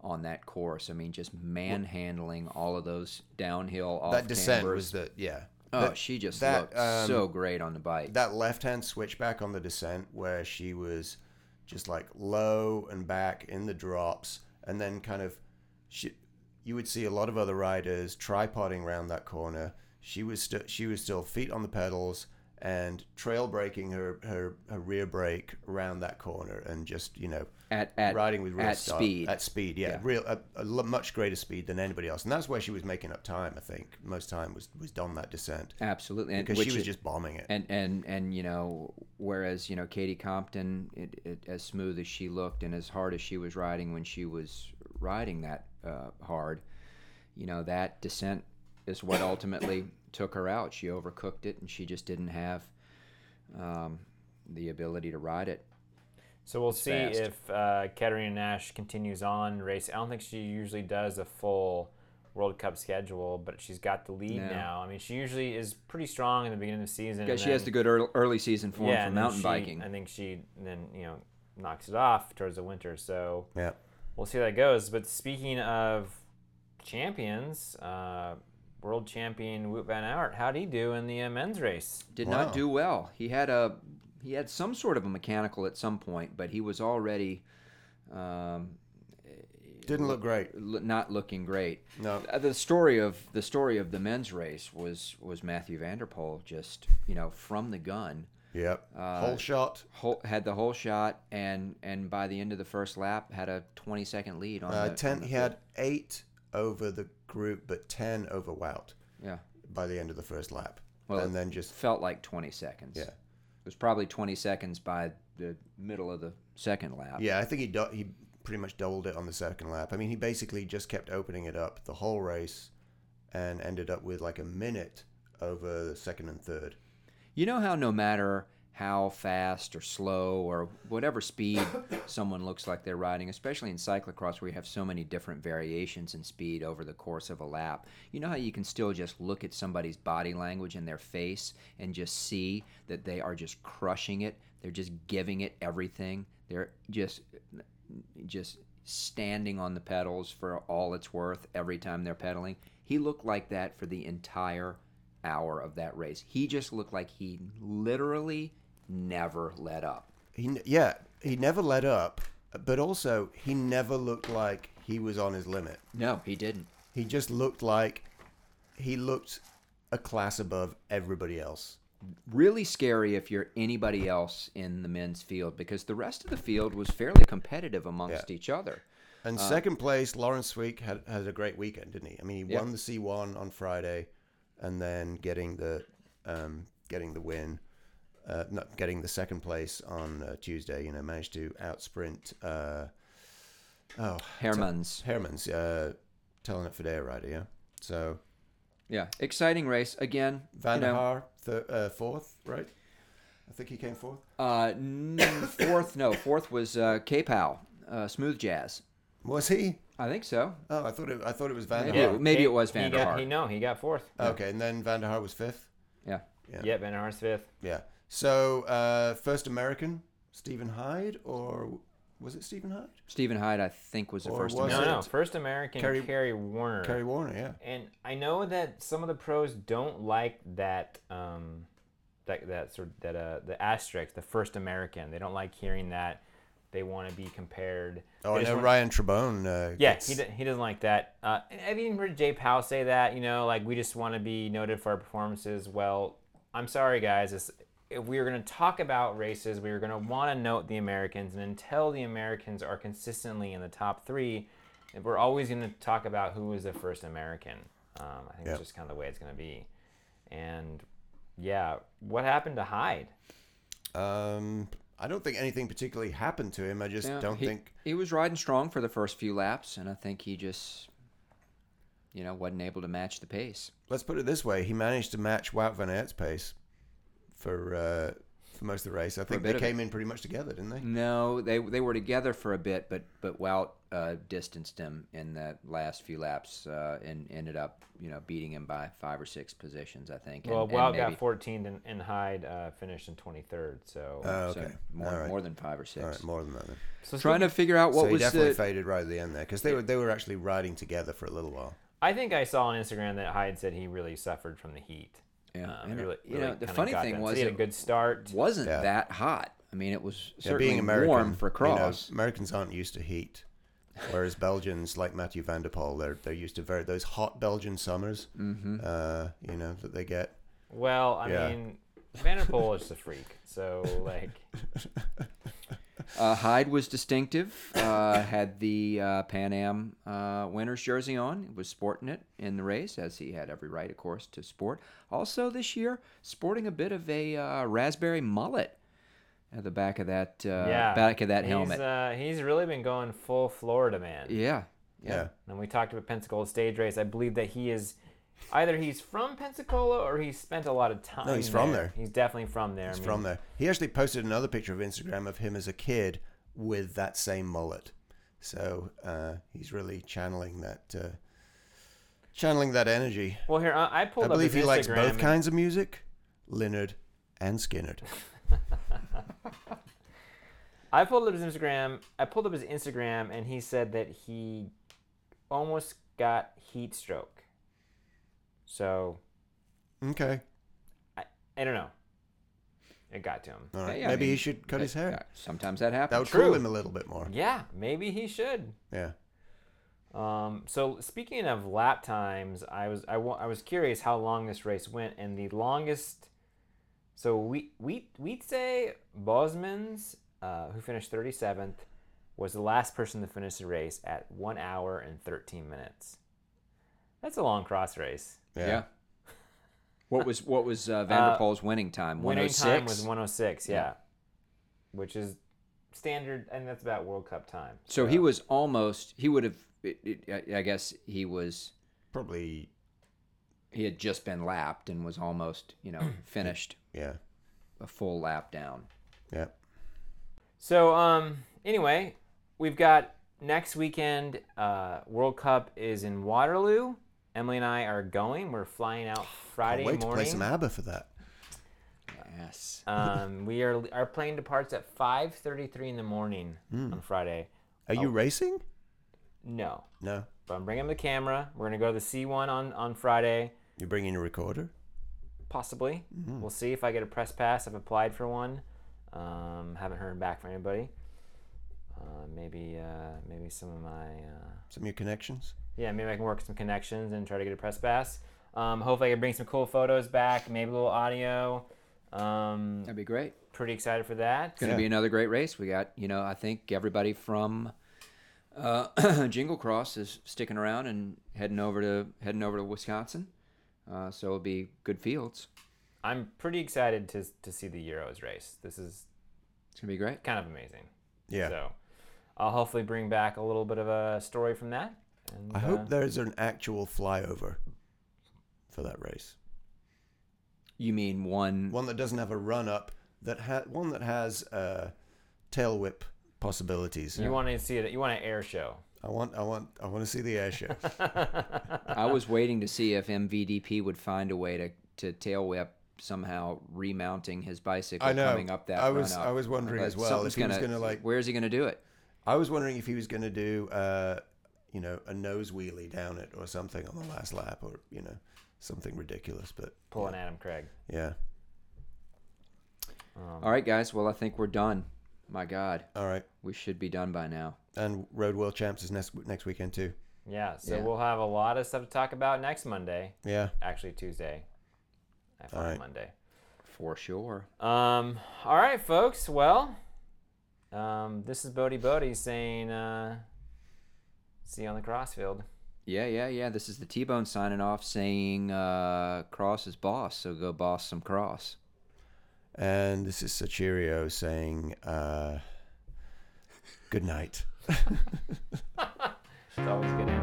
Speaker 4: on that course. I mean, just manhandling all of those downhill off
Speaker 1: that descent
Speaker 4: cambers.
Speaker 1: was the yeah.
Speaker 4: Oh,
Speaker 1: That-
Speaker 4: she just
Speaker 1: that,
Speaker 4: looked
Speaker 1: um,
Speaker 4: so great on the bike.
Speaker 1: That left hand switchback on the descent where she was just like low and back in the drops and then kind of she you would see a lot of other riders tripoding around that corner. She was sti- she was still feet on the pedals and trail braking her, her, her rear brake around that corner and just you know
Speaker 4: At- at-
Speaker 1: riding with real
Speaker 4: at
Speaker 1: style-
Speaker 4: speed.
Speaker 1: at speed yeah,
Speaker 4: Yeah.
Speaker 1: real a, a lo- much greater speed than anybody else and that's where she was making up time I think most time was was on that descent
Speaker 4: Absolutely, and
Speaker 1: because
Speaker 4: which
Speaker 1: she was
Speaker 4: it-
Speaker 1: just bombing it.
Speaker 4: And and and you know, whereas you know Katie Compton, it, it, as smooth as she looked and as hard as she was riding when she was riding that uh, hard, you know that descent is what ultimately took her out. She overcooked it, and she just didn't have um, the ability to ride it.
Speaker 3: So we'll
Speaker 4: as
Speaker 3: see
Speaker 4: fast.
Speaker 3: if uh, Katarina Nash continues on race. I don't think she usually does a full World Cup schedule, but she's got the lead
Speaker 4: No.
Speaker 3: now. I mean, she usually is pretty strong in the beginning of the season.
Speaker 4: Yeah,
Speaker 3: and
Speaker 4: she has
Speaker 3: then-
Speaker 4: the good earl- early season form
Speaker 3: Yeah,
Speaker 4: for
Speaker 3: and then
Speaker 4: mountain
Speaker 3: she-
Speaker 4: biking.
Speaker 3: I think she then you know knocks it off towards the winter. So
Speaker 1: Yeah.
Speaker 3: we'll see how that goes. But speaking of champions, uh, world champion Wout Van Aert, how'd he do in the uh, men's race?
Speaker 4: did not do well. He had a he had some sort of a mechanical at some point, but he was already um,
Speaker 1: Didn't look great.
Speaker 4: l- not looking great.
Speaker 1: No.
Speaker 4: Uh, The story of the story of the men's race was was Matthew Vanderpool just you know from the gun.
Speaker 1: Yep.
Speaker 4: Uh,
Speaker 1: Whole shot.
Speaker 4: Whole, had the whole shot, and and by the end of the first lap, had a twenty second lead on.
Speaker 1: Uh,
Speaker 4: the, on
Speaker 1: ten,
Speaker 4: the
Speaker 1: he had eight over the group, but ten over Wout.
Speaker 4: Yeah.
Speaker 1: By the end of the first lap,
Speaker 4: Well,
Speaker 1: and
Speaker 4: it
Speaker 1: then just
Speaker 4: felt like 20 seconds.
Speaker 1: Yeah.
Speaker 4: It was probably 20 seconds by the middle of the second lap.
Speaker 1: yeah, I think he do- he pretty much doubled it on the second lap. I mean, he basically just kept opening it up the whole race, and ended up with like a minute over the second and third.
Speaker 4: You know how no matter how fast or slow or whatever speed someone looks like they're riding, especially in cyclocross where you have so many different variations in speed over the course of a lap, you know how you can still just look at somebody's body language and their face and just see that they are just crushing it. They're just giving it everything. They're just just standing on the pedals for all it's worth every time they're pedaling. He looked like that for the entire hour of that race. He just looked like he literally never let up.
Speaker 1: He n- yeah, he never let up, but also he never looked like he was on his limit.
Speaker 4: No, he didn't.
Speaker 1: He just looked like he looked a class above everybody else.
Speaker 4: really scary if you're anybody else in the men's field because the rest of the field was fairly competitive amongst each other.
Speaker 1: And
Speaker 4: Uh,
Speaker 1: second place, Lawrence Week had, had a great weekend, didn't he? I mean, he
Speaker 4: Yeah.
Speaker 1: won the C one on Friday, and then getting the um, getting the win, uh, not getting the second place on uh, Tuesday. You know, managed to outsprint. Uh, oh,
Speaker 4: Hermans.
Speaker 1: Hermans, uh, telling it for day rider. Yeah, so
Speaker 4: yeah, exciting race again.
Speaker 1: Van
Speaker 4: you
Speaker 1: der
Speaker 4: know,
Speaker 1: Haar thir- uh, fourth, right? I think he came fourth.
Speaker 4: Uh, n- fourth, no, fourth was uh, K-Pow, uh, Smooth Jazz.
Speaker 1: Was he?
Speaker 4: I think so.
Speaker 1: Oh, I thought it. I thought it was Van der
Speaker 4: Maybe it-
Speaker 1: Haar.
Speaker 4: maybe it
Speaker 1: He-
Speaker 4: was
Speaker 1: he
Speaker 4: Van der
Speaker 1: got-
Speaker 4: Haar.
Speaker 3: He no, he got fourth.
Speaker 1: Okay, and then Van der Haar was fifth.
Speaker 4: Yeah.
Speaker 1: Yeah.
Speaker 3: Yep, Van der Haar's fifth.
Speaker 1: Yeah. So uh, first American, Stephen Hyde, or was it Stephen Hyde?
Speaker 4: Stephen Hyde, I think, was the
Speaker 1: Or
Speaker 4: first.
Speaker 1: was
Speaker 4: American.
Speaker 3: No, no, first American
Speaker 1: Kerry-
Speaker 3: Kerry, Warner.
Speaker 1: Kerry Warner, yeah.
Speaker 3: And I know that some of the pros don't like that um that that sort that uh the asterisk, the first American. They don't like hearing that. They want to be compared.
Speaker 1: Oh,
Speaker 3: They
Speaker 1: I
Speaker 3: just
Speaker 1: know
Speaker 3: want-
Speaker 1: Ryan Trebone. Uh,
Speaker 3: Yeah,
Speaker 1: gets-
Speaker 3: he, d- he doesn't like that. Uh, and I've even heard Jay Powell say that, you know, like we just want to be noted for our performances. Well, I'm sorry, guys. It's, if we were going to talk about races, we were going to want to note the Americans. And until the Americans are consistently in the top three, we're always going to talk about who was the first American. Um, I think
Speaker 1: Yep.
Speaker 3: that's just kind of the way it's going to be. And yeah, what happened to Hyde?
Speaker 1: Um, I don't think anything particularly happened to him. I just
Speaker 4: Yeah,
Speaker 1: don't
Speaker 4: he,
Speaker 1: think.
Speaker 4: he was riding strong for the first few laps, and I think he just, you know, wasn't able to match the pace.
Speaker 1: Let's put it this way: he managed to match Wout van Aert's pace for uh, for most of the race. I think
Speaker 4: bit
Speaker 1: they
Speaker 4: of it.
Speaker 1: came in pretty much together, didn't they?
Speaker 4: No, they they were together for a bit, but but Wout uh, distanced him in the last few laps uh, and ended up you know beating him by five or six positions, I think. and-
Speaker 3: Well,
Speaker 4: and
Speaker 3: Wild
Speaker 4: maybe-
Speaker 3: got 14th and, and Hyde uh, finished in 23rd. So
Speaker 1: Oh,
Speaker 4: So
Speaker 1: okay.
Speaker 4: more-
Speaker 1: All right.
Speaker 4: more than five or six.
Speaker 1: All right, more than that. Then.
Speaker 3: So
Speaker 4: Trying to figure out what
Speaker 1: so he
Speaker 4: was
Speaker 1: definitely
Speaker 4: the-
Speaker 1: faded right at the end there because they were they were actually riding together for a little while.
Speaker 3: I think I saw on Instagram that Hyde said he really suffered from the heat.
Speaker 4: Yeah,
Speaker 3: Um,
Speaker 4: and
Speaker 3: it
Speaker 4: it-
Speaker 3: really-
Speaker 4: you
Speaker 3: really
Speaker 4: know the
Speaker 3: kinda
Speaker 4: funny
Speaker 3: got
Speaker 4: thing
Speaker 3: them. So
Speaker 4: was
Speaker 3: he had a
Speaker 4: it
Speaker 3: good start.
Speaker 4: Wasn't
Speaker 1: Yeah.
Speaker 4: that hot? I mean, it was
Speaker 1: Yeah,
Speaker 4: certainly warm for cross.
Speaker 1: You know, Americans aren't used to heat, whereas Belgians, like Matthew Van der Poel, they're they're used to very those hot Belgian summers.
Speaker 3: Mm-hmm.
Speaker 4: Mhm.
Speaker 1: Uh, you know that they get.
Speaker 3: Well, I
Speaker 1: Yeah.
Speaker 3: mean, Vanderpool is a freak.
Speaker 4: *laughs*
Speaker 3: So like,
Speaker 4: Uh, Hyde was distinctive. Uh, *coughs* had the uh, Pan Am uh, winner's jersey on. Was sporting it in the race, as he had every right, of course, to sport. Also this year, sporting a bit of a uh, raspberry mullet at the back of that uh,
Speaker 3: yeah,
Speaker 4: back of that
Speaker 3: he's,
Speaker 4: helmet.
Speaker 3: Uh, he's really been going full Florida man.
Speaker 4: yeah, yeah,
Speaker 3: And we talked about Pensacola stage race. I believe that he is either he's from Pensacola or he's spent a lot of time.
Speaker 1: No, he's from there.
Speaker 3: He's definitely from there. I
Speaker 1: He's
Speaker 3: mean,
Speaker 1: from there. He actually posted another picture of Instagram of him as a kid with that same mullet. So uh, he's really channeling that uh, channeling that energy.
Speaker 3: Well, here I, I
Speaker 1: I
Speaker 3: pulled up
Speaker 1: believe he
Speaker 3: his
Speaker 1: likes
Speaker 3: Instagram
Speaker 1: both
Speaker 3: and-
Speaker 1: kinds of music, Leonard and
Speaker 3: *laughs*
Speaker 1: Skinnerd.
Speaker 3: I pulled up his Instagram. I pulled up his Instagram, and he said that he almost got heat stroke. So
Speaker 1: Okay,
Speaker 3: I, I don't know. It got to him.
Speaker 1: all right.
Speaker 4: Yeah, I
Speaker 1: Maybe he
Speaker 4: mean,
Speaker 1: should cut
Speaker 4: that-
Speaker 1: his hair.
Speaker 4: yeah, sometimes that happens.
Speaker 1: That would
Speaker 3: True.
Speaker 1: cool him a little bit more.
Speaker 3: Yeah, maybe he should.
Speaker 1: Yeah.
Speaker 3: Um, so speaking of lap times, I was I wa- I was curious how long this race went, and the longest. So we we we'd say Bosmans, uh, who finished thirty seventh, was the last person to finish the race at one hour and thirteen minutes. That's a long cross race.
Speaker 4: yeah. What was what was
Speaker 3: *laughs*
Speaker 4: uh, Vanderpool's winning time? One
Speaker 3: Winning
Speaker 4: hundred
Speaker 3: time was
Speaker 4: six.
Speaker 3: one hundred six. Yeah.
Speaker 4: Yeah.
Speaker 3: which is standard, and that's about World Cup time.
Speaker 4: So he was almost. He would have. It, it, I I guess he was.
Speaker 1: Probably
Speaker 4: He had just been lapped and was almost,
Speaker 1: *clears throat*
Speaker 4: you know, finished
Speaker 1: Yeah.
Speaker 4: a full lap down.
Speaker 1: Yeah.
Speaker 3: So um anyway, we've got next weekend uh World Cup is in Waterloo. Emily and I are going. We're flying
Speaker 1: *sighs*
Speaker 3: out Friday
Speaker 1: Wait to play
Speaker 3: morning.
Speaker 1: some ABBA for that.
Speaker 4: Yes.
Speaker 3: *laughs* um we are our plane departs at 5:33 in the morning
Speaker 1: Hmm.
Speaker 3: on Friday.
Speaker 1: Are you
Speaker 3: Oh.
Speaker 1: racing?
Speaker 3: No.
Speaker 1: No.
Speaker 3: But I'm bringing the camera. We're going to go to the C1 on on Friday.
Speaker 1: You're bringing a recorder?
Speaker 3: possibly.
Speaker 1: Mhm.
Speaker 3: We'll see if I get a press pass. I've applied for one. Um, haven't heard back from anybody. Uh, maybe uh, maybe some of my uh,
Speaker 1: Some of your connections?
Speaker 3: yeah, maybe I can work some connections and try to get a press pass. Um, hopefully, I can bring some cool photos back, maybe a little audio. Um, That'd
Speaker 4: be great.
Speaker 3: Pretty excited for that.
Speaker 4: It's going to be another great race. We got, you know, I think everybody from uh, *clears throat* Jingle Cross is sticking around and heading over to heading over to Wisconsin. Uh, so it'll be good fields.
Speaker 3: I'm pretty excited to to see the Euros race. This is
Speaker 4: it's gonna be great.
Speaker 3: Kind of amazing.
Speaker 1: Yeah.
Speaker 3: So I'll hopefully bring back a little bit of a story from that. And,
Speaker 1: I
Speaker 3: uh,
Speaker 1: hope there's an actual flyover for that race.
Speaker 4: You mean one
Speaker 1: one that doesn't have a run up that ha- one that has uh, tail whip possibilities.
Speaker 3: you want to see it. You want an air show.
Speaker 1: I want I want I want to see the air show.
Speaker 4: I was waiting to see if MVDP would find a way to to tail whip somehow remounting his bicycle
Speaker 1: I know.
Speaker 4: coming up that
Speaker 1: I was-
Speaker 4: run-up.
Speaker 1: I was wondering
Speaker 4: thought
Speaker 1: as well
Speaker 4: something's
Speaker 1: if he was gonna, like-
Speaker 4: where is he gonna do it
Speaker 1: *laughs* I was wondering if he was going to do uh, you know a nose wheelie down it or something on the last lap or you know something ridiculous. But
Speaker 3: Pull an Adam Craig.
Speaker 1: yeah,
Speaker 4: all right guys well I think we're done my god
Speaker 1: all right
Speaker 4: we should be done by now
Speaker 1: and Road World Champs is next next weekend too.
Speaker 3: Yeah. So
Speaker 1: Yeah.
Speaker 3: we'll have a lot of stuff to talk about next Monday.
Speaker 1: Yeah.
Speaker 3: Actually Tuesday. I
Speaker 1: All
Speaker 3: fly
Speaker 1: right.
Speaker 3: Monday.
Speaker 4: for sure
Speaker 3: Um. All right, folks. Well, um, this is Bodie Bodie saying, uh, "See you on the crossfield."
Speaker 4: yeah yeah yeah this is the T-Bone signing off saying uh, Cross is boss so go boss some Cross
Speaker 1: And this is Sachirio saying uh, good night.
Speaker 3: It's always good.